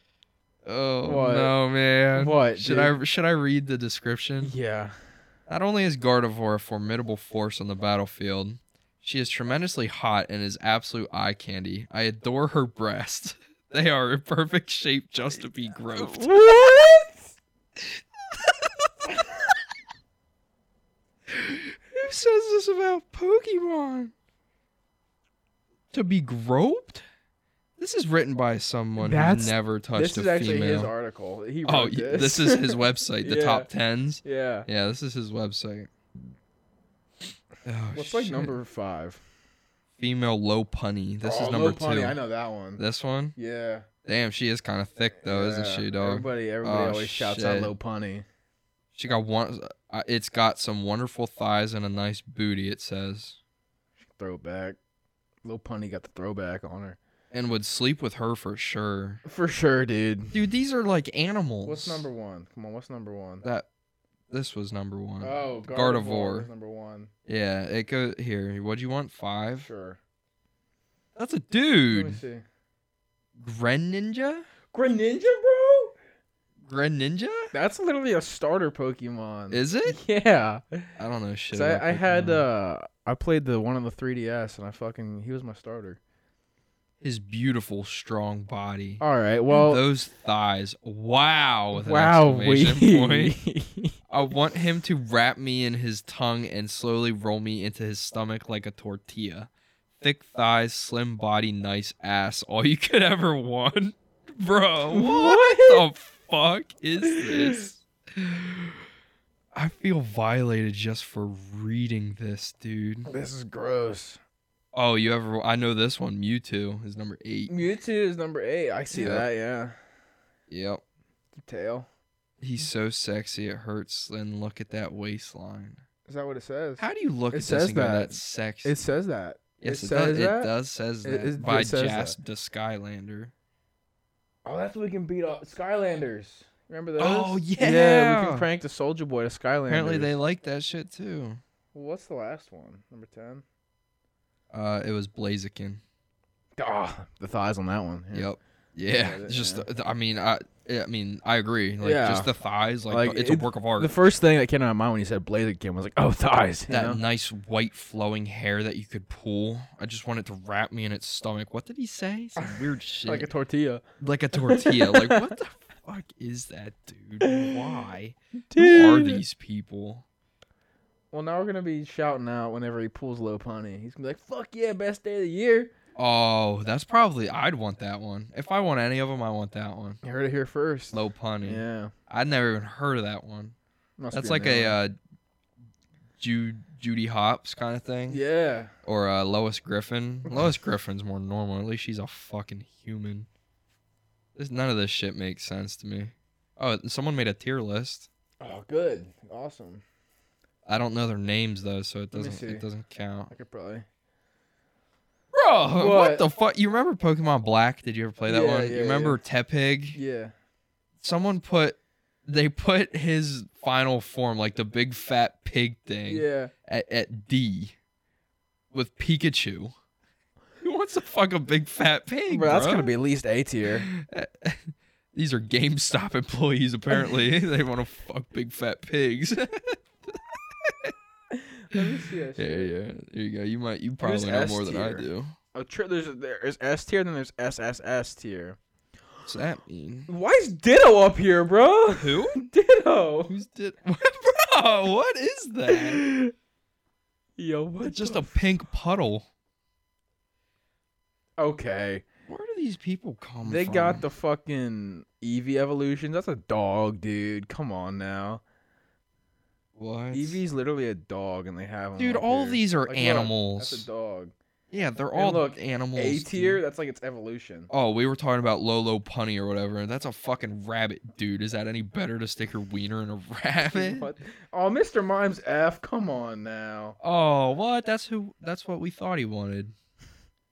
A: oh
B: What?
A: no, man.
B: What,
A: Should I should I read the description?
B: Yeah.
A: Not only is Gardevoir a formidable force on the battlefield, she is tremendously hot and is absolute eye candy. I adore her breasts. They are in perfect shape just to be groped.
B: uh, What?
A: Who says this about Pokemon? To be groped? This is written by someone
B: That's-
A: who's never touched
B: This is
A: a
B: actually his
A: female.
B: article. He wrote
A: Oh, y-
B: this.
A: this is his Oh, website, the
B: Yeah.
A: top tens.
B: yeah.
A: Yeah, this is his website. Oh,
B: What's like
A: shit.
B: number five?
A: female low punny? This
B: Oh,
A: is number
B: Lil Pony,
A: two.
B: I know that one.
A: This one?
B: Yeah.
A: Damn, she is kind of thick though, isn't
B: yeah.
A: she, dog?
B: Everybody, everybody
A: Oh,
B: always shouts out
A: shit.
B: Low Punny.
A: She got one. uh, It's got some wonderful thighs and a nice booty. It says,
B: Throwback. Low Punny got the throwback on her.
A: and would sleep with her for sure.
B: For sure, dude.
A: Dude, these are like animals.
B: What's number one? Come on, what's number one?
A: That this was number one.
B: Oh,
A: Gardevoir.
B: Gardevoir. is number one.
A: Yeah, it go here. What'd you want? Five.
B: Sure.
A: That's a
B: Let me
A: dude.
B: see.
A: Greninja.
B: Greninja, bro?
A: Greninja?
B: That's literally a starter Pokemon.
A: Is it?
B: Yeah.
A: I don't know shit.
B: 'Cause
A: about
B: I, I had
A: Pokemon.
B: uh I played the one on the 3DS and I fucking he was my starter.
A: his beautiful strong body.
B: All right. Uh, Well,
A: Those thighs. Wow. with an
B: wow.
A: exclamation point.
B: We.
A: I want him to wrap me in his tongue and slowly roll me into his stomach like a tortilla. Thick thighs, slim body, nice ass. All you could ever want. Bro, what,
B: What?
A: the fuck is this? I feel violated just for reading this, dude.
B: this is gross.
A: Oh, you ever I know this one, Mewtwo is number 8.
B: Mewtwo is number 8. I see
A: Yeah.
B: that, yeah.
A: Yep.
B: Tail.
A: He's
B: Mm.
A: so sexy it hurts and look at that waistline.
B: Is that what it says?
A: How do you look
B: It
A: at this
B: says
A: and go
B: that.
A: that's sexy?
B: It says that.
A: Yes,
B: It
A: it, does,
B: says that?
A: it does says
B: It
A: that
B: is-
A: by
B: it says that.
A: Jas the Skylander.
B: Oh, that's what we can beat up Skylanders. Remember those?
A: Oh,
B: yeah. We
A: yeah.
B: can prank the Soldier Boy to Skylanders.
A: Apparently, they like that shit too.
B: Well, what's the last one? Number ten.
A: Uh, it was Blaziken.
B: Ah, the thighs on that one. yeah.
A: Yep. Yeah.
B: Yeah,
A: it's just the- I mean I I mean I agree. Like
B: Yeah.
A: just the thighs, like,
B: Like,
A: it's
B: it-
A: a work of art.
B: The first thing that came to my mind when you said Blaziken was like, oh, thighs. you
A: that
B: know?
A: nice white flowing hair that you could pull. I just want it to wrap me in its stomach. What did he say? Some weird shit.
B: like a tortilla.
A: like a tortilla. like what the fuck is that, dude? Why? Who are these people?
B: Well, now we're gonna be shouting out whenever he pulls low punny. He's gonna be like, "Fuck yeah, best day of the year!"
A: Oh, that's probably I'd want that one. If I want any of them, I want that one.
B: You heard it here first.
A: Low punny.
B: Yeah,
A: I'd never even heard of that one.
B: Must
A: That's
B: be
A: like
B: new
A: a
B: one.
A: uh, Jude Judy Hopps kind of thing.
B: yeah.
A: Or uh, Lois Griffin. Lois Griffin's more normal. At least she's a fucking human. This, none of this shit makes sense to me. Oh, and someone made a tier list.
B: Oh, good, awesome.
A: I don't know their names though, so it
B: Let me
A: doesn't
B: see.
A: it doesn't count.
B: I could probably.
A: Bro, what?
B: What?
A: the fuck? You remember Pokemon Black? Did you ever play that
B: Yeah,
A: one?
B: yeah,
A: you remember Tepig?
B: Yeah.
A: Someone put they put his final form like the big fat pig thing.
B: Yeah.
A: at, at D with Pikachu. Who wants to fuck a big fat pig?
B: Bro, that's
A: bro?
B: gonna be at least A tier.
A: These are GameStop employees, apparently. they want to fuck big fat pigs. yeah,
B: Let me see that
A: yeah.
B: shit.
A: There you go. You might, you probably know
B: S
A: more than I
B: tier?
A: do.
B: Oh, tri- there's there's S tier, then there's SSS tier.
A: What's that mean?
B: Why is Ditto up here, bro?
A: Who?
B: Ditto.
A: Who's did? Bro, what is that?
B: Yo, what?
A: It's just a pink puddle.
B: Okay.
A: Where do these people come
B: They
A: from?
B: got the fucking Eevee evolution. That's a dog, dude. Come on now.
A: what?
B: Eevee's literally a dog, and they have him.
A: Dude,
B: up
A: all
B: here.
A: these are
B: Like, look,
A: animals.
B: that's a dog.
A: yeah, they're
B: And
A: all
B: look,
A: animals.
B: A
A: dude.
B: tier. That's like its evolution.
A: Oh, we were talking about Lolo Punny or whatever. That's a fucking rabbit, dude. Is that any better to stick your wiener in a rabbit?
B: What? Oh, Mr. Mime's F. Come on now.
A: Oh, what? That's who. That's what we thought he wanted.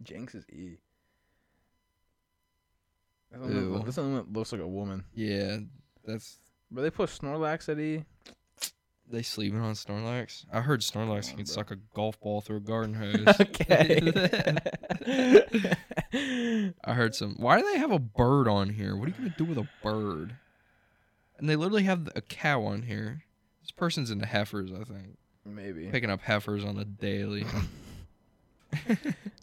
B: Jinx is E. This one,
A: Ew.
B: looks, this one looks like a woman.
A: Yeah, that's
B: But they put Snorlax at E.
A: they sleeping on Snorlax. I heard Snorlax can suck a golf ball through a garden hose.
B: Okay.
A: I heard some. Why do they have a bird on here? What are you gonna do with a bird? And they literally have a cow on here. This person's into heifers, I think.
B: Maybe.
A: Picking up heifers on a daily.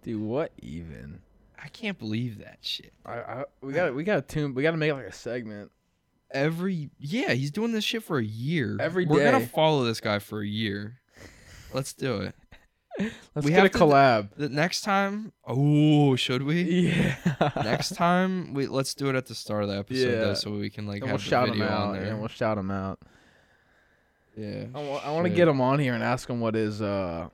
B: Dude, what even?
A: I can't believe that shit.
B: I, I we got to we got to tune. We got to make like a segment.
A: every yeah he's doing this shit for a year
B: Every
A: we're
B: day.
A: gonna follow this guy for a year let's do it
B: Let's
A: We
B: get
A: have
B: a
A: to d-
B: collab.
A: the next time oh should we
B: Yeah.
A: next time we let's do it at the start of the episode
B: Yeah.
A: though, so we can like
B: and we'll
A: have
B: shout
A: the
B: him
A: video
B: out.
A: on there
B: And we'll shout him out.
A: yeah
B: I wa- I want to
A: Shit.
B: get him on here and ask him what is uh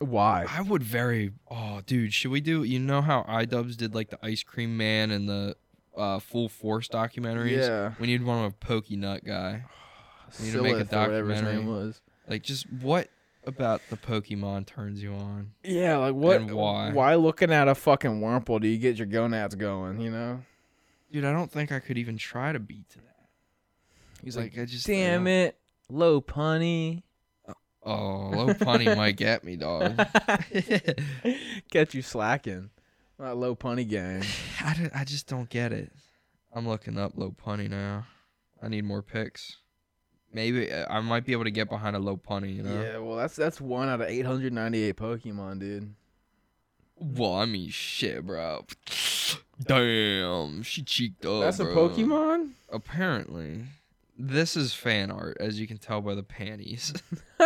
B: why.
A: I would very oh dude should we do you know how iDubbbz did like the ice cream man and the uh, full force documentaries
B: Yeah.
A: we need one of a pokey nut guy need to
B: Silith
A: make a
B: or whatever his
A: documentary.
B: name was.
A: like just what about the Pokemon turns you on
B: Yeah, like what?
A: And why.
B: Why looking at a fucking Wurmple do you get your gonads going? You know.
A: dude I don't think I could even try to beat to that.
B: He's
A: Like, I just- I
B: damn
A: don't-
B: it, low punny,
A: Oh, low punny might get me, dog.
B: catch you slacking. That low punny gang.
A: I, don't- I just don't get it. I'm looking up low punny now. I need more picks. Maybe uh, I might be able to get behind a low punny, you know?
B: Yeah, well that's that's one out of 898 Pokemon, dude.
A: Well, I mean, shit, bro. Damn, she cheeked up.
B: that's a
A: bro.
B: Pokemon.
A: Apparently. This is fan art, as you can tell by the panties.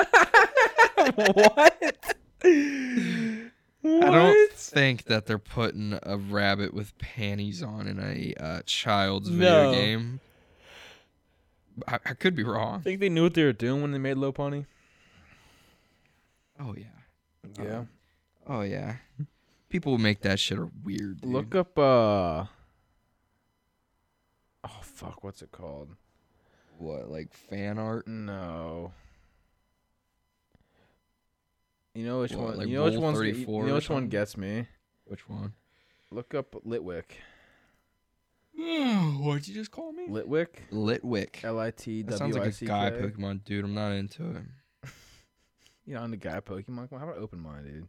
B: what?
A: I don't
B: What?
A: think that they're putting a rabbit with panties on in a uh, child's video
B: No.
A: game. I, I could be wrong.
B: think they knew what they were doing when they made Low Pony.
A: Oh yeah.
B: Yeah.
A: Oh yeah. People who make that shit are weird. Dude.
B: Look up uh Oh fuck, what's it called?
A: what like fan art.
B: No. You know which
A: What,
B: one
A: like
B: you know which
A: Rule
B: one's,
A: 34
B: you
A: or
B: know which one
A: something?
B: gets me?
A: Which one?
B: Look up Litwick.
A: What'd you just call me?
B: Litwick?
A: Litwick.
B: L I T
A: That sounds
B: W I
A: like a
B: C
A: guy
B: K.
A: Pokemon, dude. I'm not into it.
B: You know, I'm the guy Pokemon. Come on, How about open minded?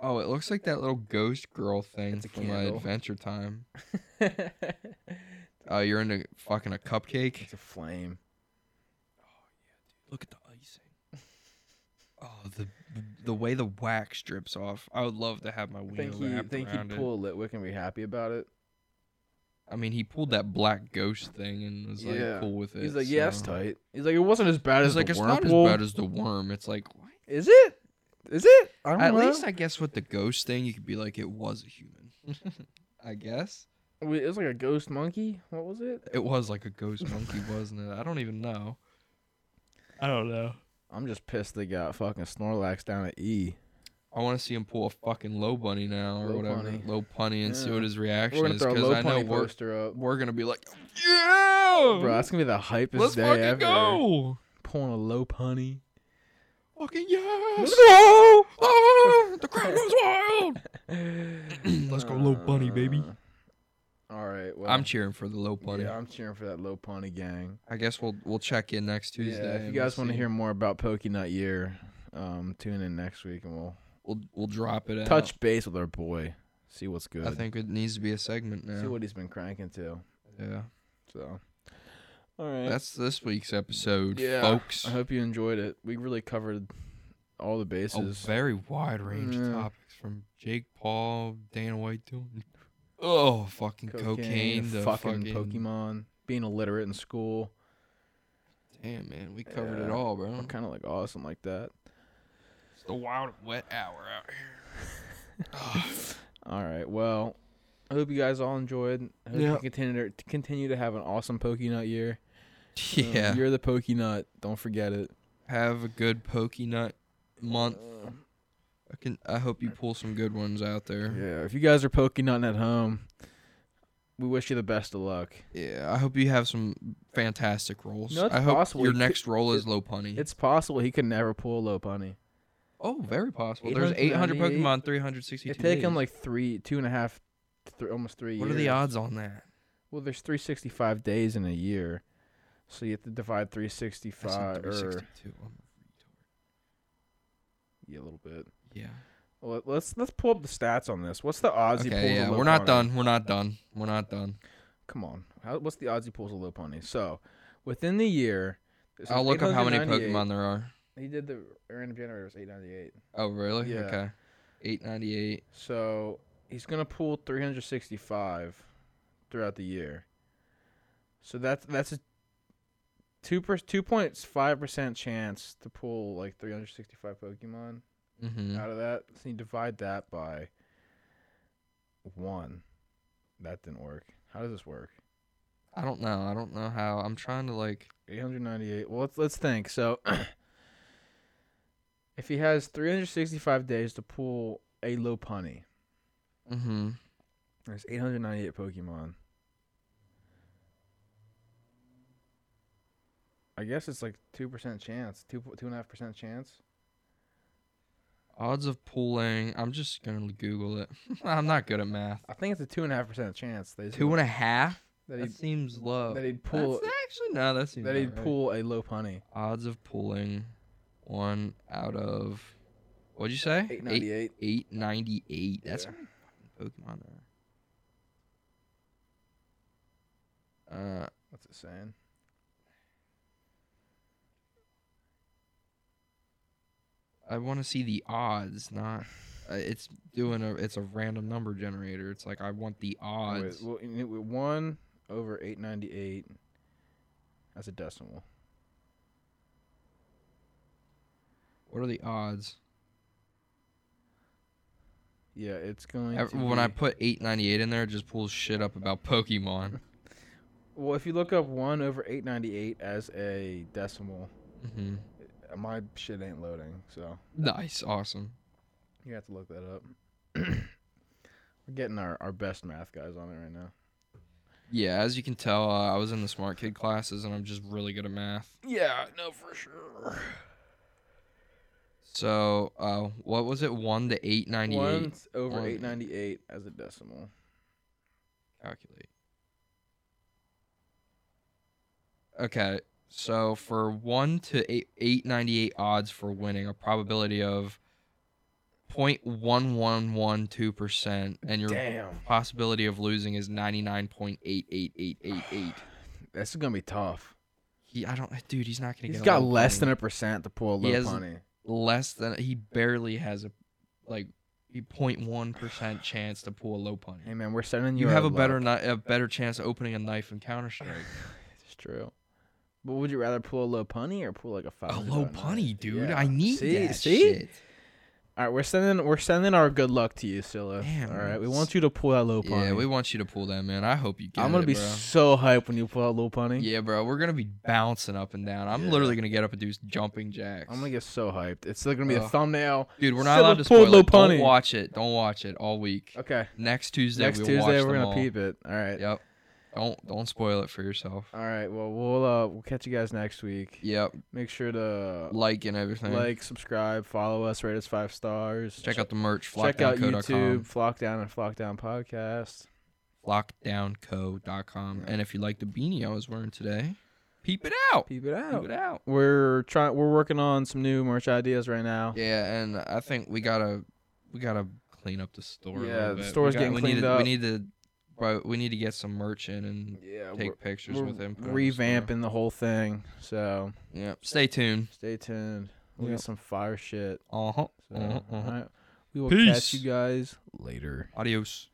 A: Oh, it looks like that little ghost girl thing
B: That's a
A: from uh,
B: candle.
A: Adventure Time.
B: it's
A: Oh, you're into fucking a cupcake.
B: a flame.
A: Look at the icing. Oh, the the way the wax drips off. I would love to have my
B: I
A: wiener
B: think he
A: wrapped
B: think
A: around
B: he'd pull a Litwick and be happy about it.
A: it. I mean, he pulled that black ghost thing and was like
B: Yeah.
A: cool with it.
B: He's like, yeah, it's
A: so-
B: tight. He's like, it wasn't as bad
A: It's
B: as
A: like
B: the
A: it's not as
B: whirlpool.
A: bad as the worm. It's like what?
B: Is it? Is it? I don't
A: At
B: know.
A: least I guess with the ghost thing, you could be like, it was a human. I guess
B: Wait, it was like a ghost monkey. What was it?
A: it was like a ghost monkey, wasn't it? I don't even know.
B: I'm just pissed they got fucking Snorlax down at E.
A: I want to see him pull a fucking low bunny now or
B: Low
A: whatever,
B: punny.
A: low punny, and see
B: Yeah.
A: what his reaction
B: We're gonna
A: is.
B: throw a
A: Because
B: low
A: I know
B: punny
A: we're,
B: poster up.
A: we're gonna be like, yeah,
B: Bro, that's gonna be the hypest
A: let's
B: day
A: fucking
B: ever.
A: go,
B: Pulling a low punny.
A: fucking yes, go! Ah, the crowd goes wild. let's go, low bunny, baby.
B: Uh, All right. Well,
A: I'm cheering for the low bunny.
B: Yeah, I'm cheering for that low punny gang.
A: I guess we'll we'll check in next Tuesday.
B: Yeah, if you
A: and
B: guys
A: we'll
B: want to
A: see.
B: hear more about Pokenut Year, um, tune in next week and we'll
A: we'll we'll drop it.
B: touch
A: Out.
B: base with our boy. See what's good.
A: I think it needs to be a segment now.
B: See what he's been cranking to.
A: yeah,
B: So. All right.
A: that's this week's episode,
B: yeah.
A: folks.
B: I hope you enjoyed it. We really covered all the
A: a
B: bases.
A: very wide range
B: Yeah.
A: of topics from Jake Paul, Dana White to oh fucking cocaine, to
B: fucking, Pokemon, being illiterate in school.
A: Damn man, we covered it
B: Yeah.
A: all, bro.
B: I'm kind of like awesome like that.
A: It's the wild wet hour out here.
B: All right. Well, I hope you guys all enjoyed. I hope
A: Yeah.
B: you continue to, continue to have an awesome Pokenut year. Um,
A: Yeah,
B: you're the Pokenut. Don't forget it.
A: have a good pokey nut month. I can. I hope you pull some good ones out there.
B: Yeah. If you guys are Pokenutting at home, we wish you the best of luck.
A: Yeah, I hope you have some fantastic rolls.
B: No, it's
A: I hope
B: possible.
A: your
B: It
A: next roll is
B: it-
A: low punny.
B: It's possible he could never pull a low punny.
A: oh, very possible. There's 800
B: 898.
A: Pokemon, 362.
B: It take him
A: days.
B: like three, two and a half, thr almost three
A: What
B: years.
A: are the odds on that?
B: Well, there's 365 days in a year, so you have to divide er,
A: I said
B: 365 or
A: 362. I'm a
B: yeah, a little bit.
A: retard. Yeah.
B: Well, let's let's pull up the stats on this. What's the odds he pulls?
A: Okay, yeah,
B: a low
A: we're not
B: punny?
A: done. We're not done. We're not done.
B: Come on, How, what's the odds he pulls a low punny? So, within the year, this
A: I'll
B: is
A: look up how many
B: 898.
A: Pokemon there are.
B: He did the random generator was 898.
A: Oh, really?
B: Yeah.
A: Okay. 898.
B: So he's gonna pull 365 throughout the year. So that's that's a two per two point five percent chance to pull like 365 Pokemon
A: Mm-hmm.
B: out of that. So you divide that by one. That didn't work. How does this work?
A: I don't know. I don't know how. I'm trying to like.
B: 898. Well, let's let's think. So if he has 365 days to pull a Lopunny,
A: Mm-hmm.
B: There's 898 Pokemon. I guess it's like two percent chance, two two and a half percent chance.
A: Odds of pulling. I'm just gonna Google it. I'm not good at math.
B: I think it's a two and a half percent chance. That he's
A: Two
B: gonna-
A: and a half.
B: that
A: That,
B: he'd,
A: seems low.
B: that he'd pull
A: That's actually no. That seems.
B: that
A: about
B: he'd
A: right.
B: pull a low punny.
A: Odds of pulling one out of. What'd you say?
B: Eight ninety eight.
A: Eight ninety eight. That's
B: Yeah.
A: how many fucking Pokemon there. are. Uh,
B: That's insane.
A: I want to see the odds, not. Uh, it's doing a. It's a random number generator. It's like I want the odds.
B: With, well, you know, with one over eight ninety eight. That's a decimal.
A: What are the odds?
B: Yeah, it's going.
A: Ev-
B: to
A: When I
B: be-
A: put eight ninety eight in there, it just pulls shit up about Pokemon.
B: well, if you look up one over eight ninety eight as a decimal,
A: hmm
B: my shit ain't loading. So.
A: Nice, awesome.
B: You have to look that up. We're getting our, our best math guys on it right now.
A: Yeah, as you can tell, uh, I was in the smart kid classes, and I'm just really good at math.
B: Yeah, no, for sure.
A: So, uh, what was it? One to eight ninety eight.
B: One's over
A: One.
B: 898 as a decimal.
A: Calculate. Okay, so for one to eight eight ninety eight odds for winning, a probability of 0.1112%, and your
B: Damn.
A: possibility of losing is 99.88888.
B: That's gonna be tough.
A: He, I don't, dude, he's not going to get
B: He's
A: a
B: got
A: low
B: less
A: punny.
B: than a percent to pull a
A: He
B: low
A: has-
B: punny.
A: less than he barely has a like 0.1 percent chance to pull a low
B: Hey
A: punny.
B: man, we're sending you.
A: You
B: our
A: have a better
B: luck.
A: kni- a better chance of opening a knife in Counter Strike.
B: It's true. But would you rather pull a low punny or pull like a five?
A: a low punny, dude. I need
B: see,
A: that
B: see?
A: shit.
B: All right, we're sending we're sending our good luck to you, Silla.
A: Damn,
B: All
A: man.
B: right, we want you to pull that low punny.
A: Yeah, we want you to pull that, man. I hope you get
B: I'm gonna
A: it,
B: be
A: bro.
B: so hyped when you pull out low punny.
A: yeah, bro. We're gonna be bouncing up and down. I'm literally gonna get up and do jumping jacks.
B: I'm gonna get so hyped. It's like gonna be a
A: Ugh.
B: thumbnail.
A: Dude, we're not
B: Silla
A: allowed to
B: pulled
A: spoil
B: low
A: it. Don't
B: punny.
A: watch it. Don't watch it all week.
B: Okay.
A: Next Tuesday,
B: Next
A: we watch
B: Tuesday
A: them
B: we're gonna
A: all.
B: peep it. All right.
A: Yep. Don't don't spoil it for yourself.
B: All right. Well, we'll uh we'll catch you guys next week.
A: Yep.
B: Make sure to
A: Like and everything.
B: like, subscribe, follow us, rate us five stars.
A: Check out the merch.
B: check out
A: Flockdownco.com.
B: YouTube, Flock Down and Flock Down Podcast.
A: Flockdownco.com. And if you like the beanie I was wearing today, peep it out.
B: Peep it
A: Peep
B: out.
A: it out.
B: We're trying. We're working on some new merch ideas right now.
A: Yeah, and I think we gotta we gotta clean up the store. a
B: Yeah,
A: little
B: the
A: bit.
B: store's
A: we
B: getting
A: we
B: cleaned
A: need to,
B: up.
A: We need to, but we need to get some merch in and
B: Yeah,
A: take pictures
B: we're
A: with him. put it on the store.
B: revamping the whole thing. So
A: Yeah, stay tuned.
B: stay tuned. We'll
A: Yep.
B: get some fire shit.
A: Uh huh.
B: So,
A: Uh-huh.
B: all right. We will
A: Peace.
B: catch you guys later.
A: Adios.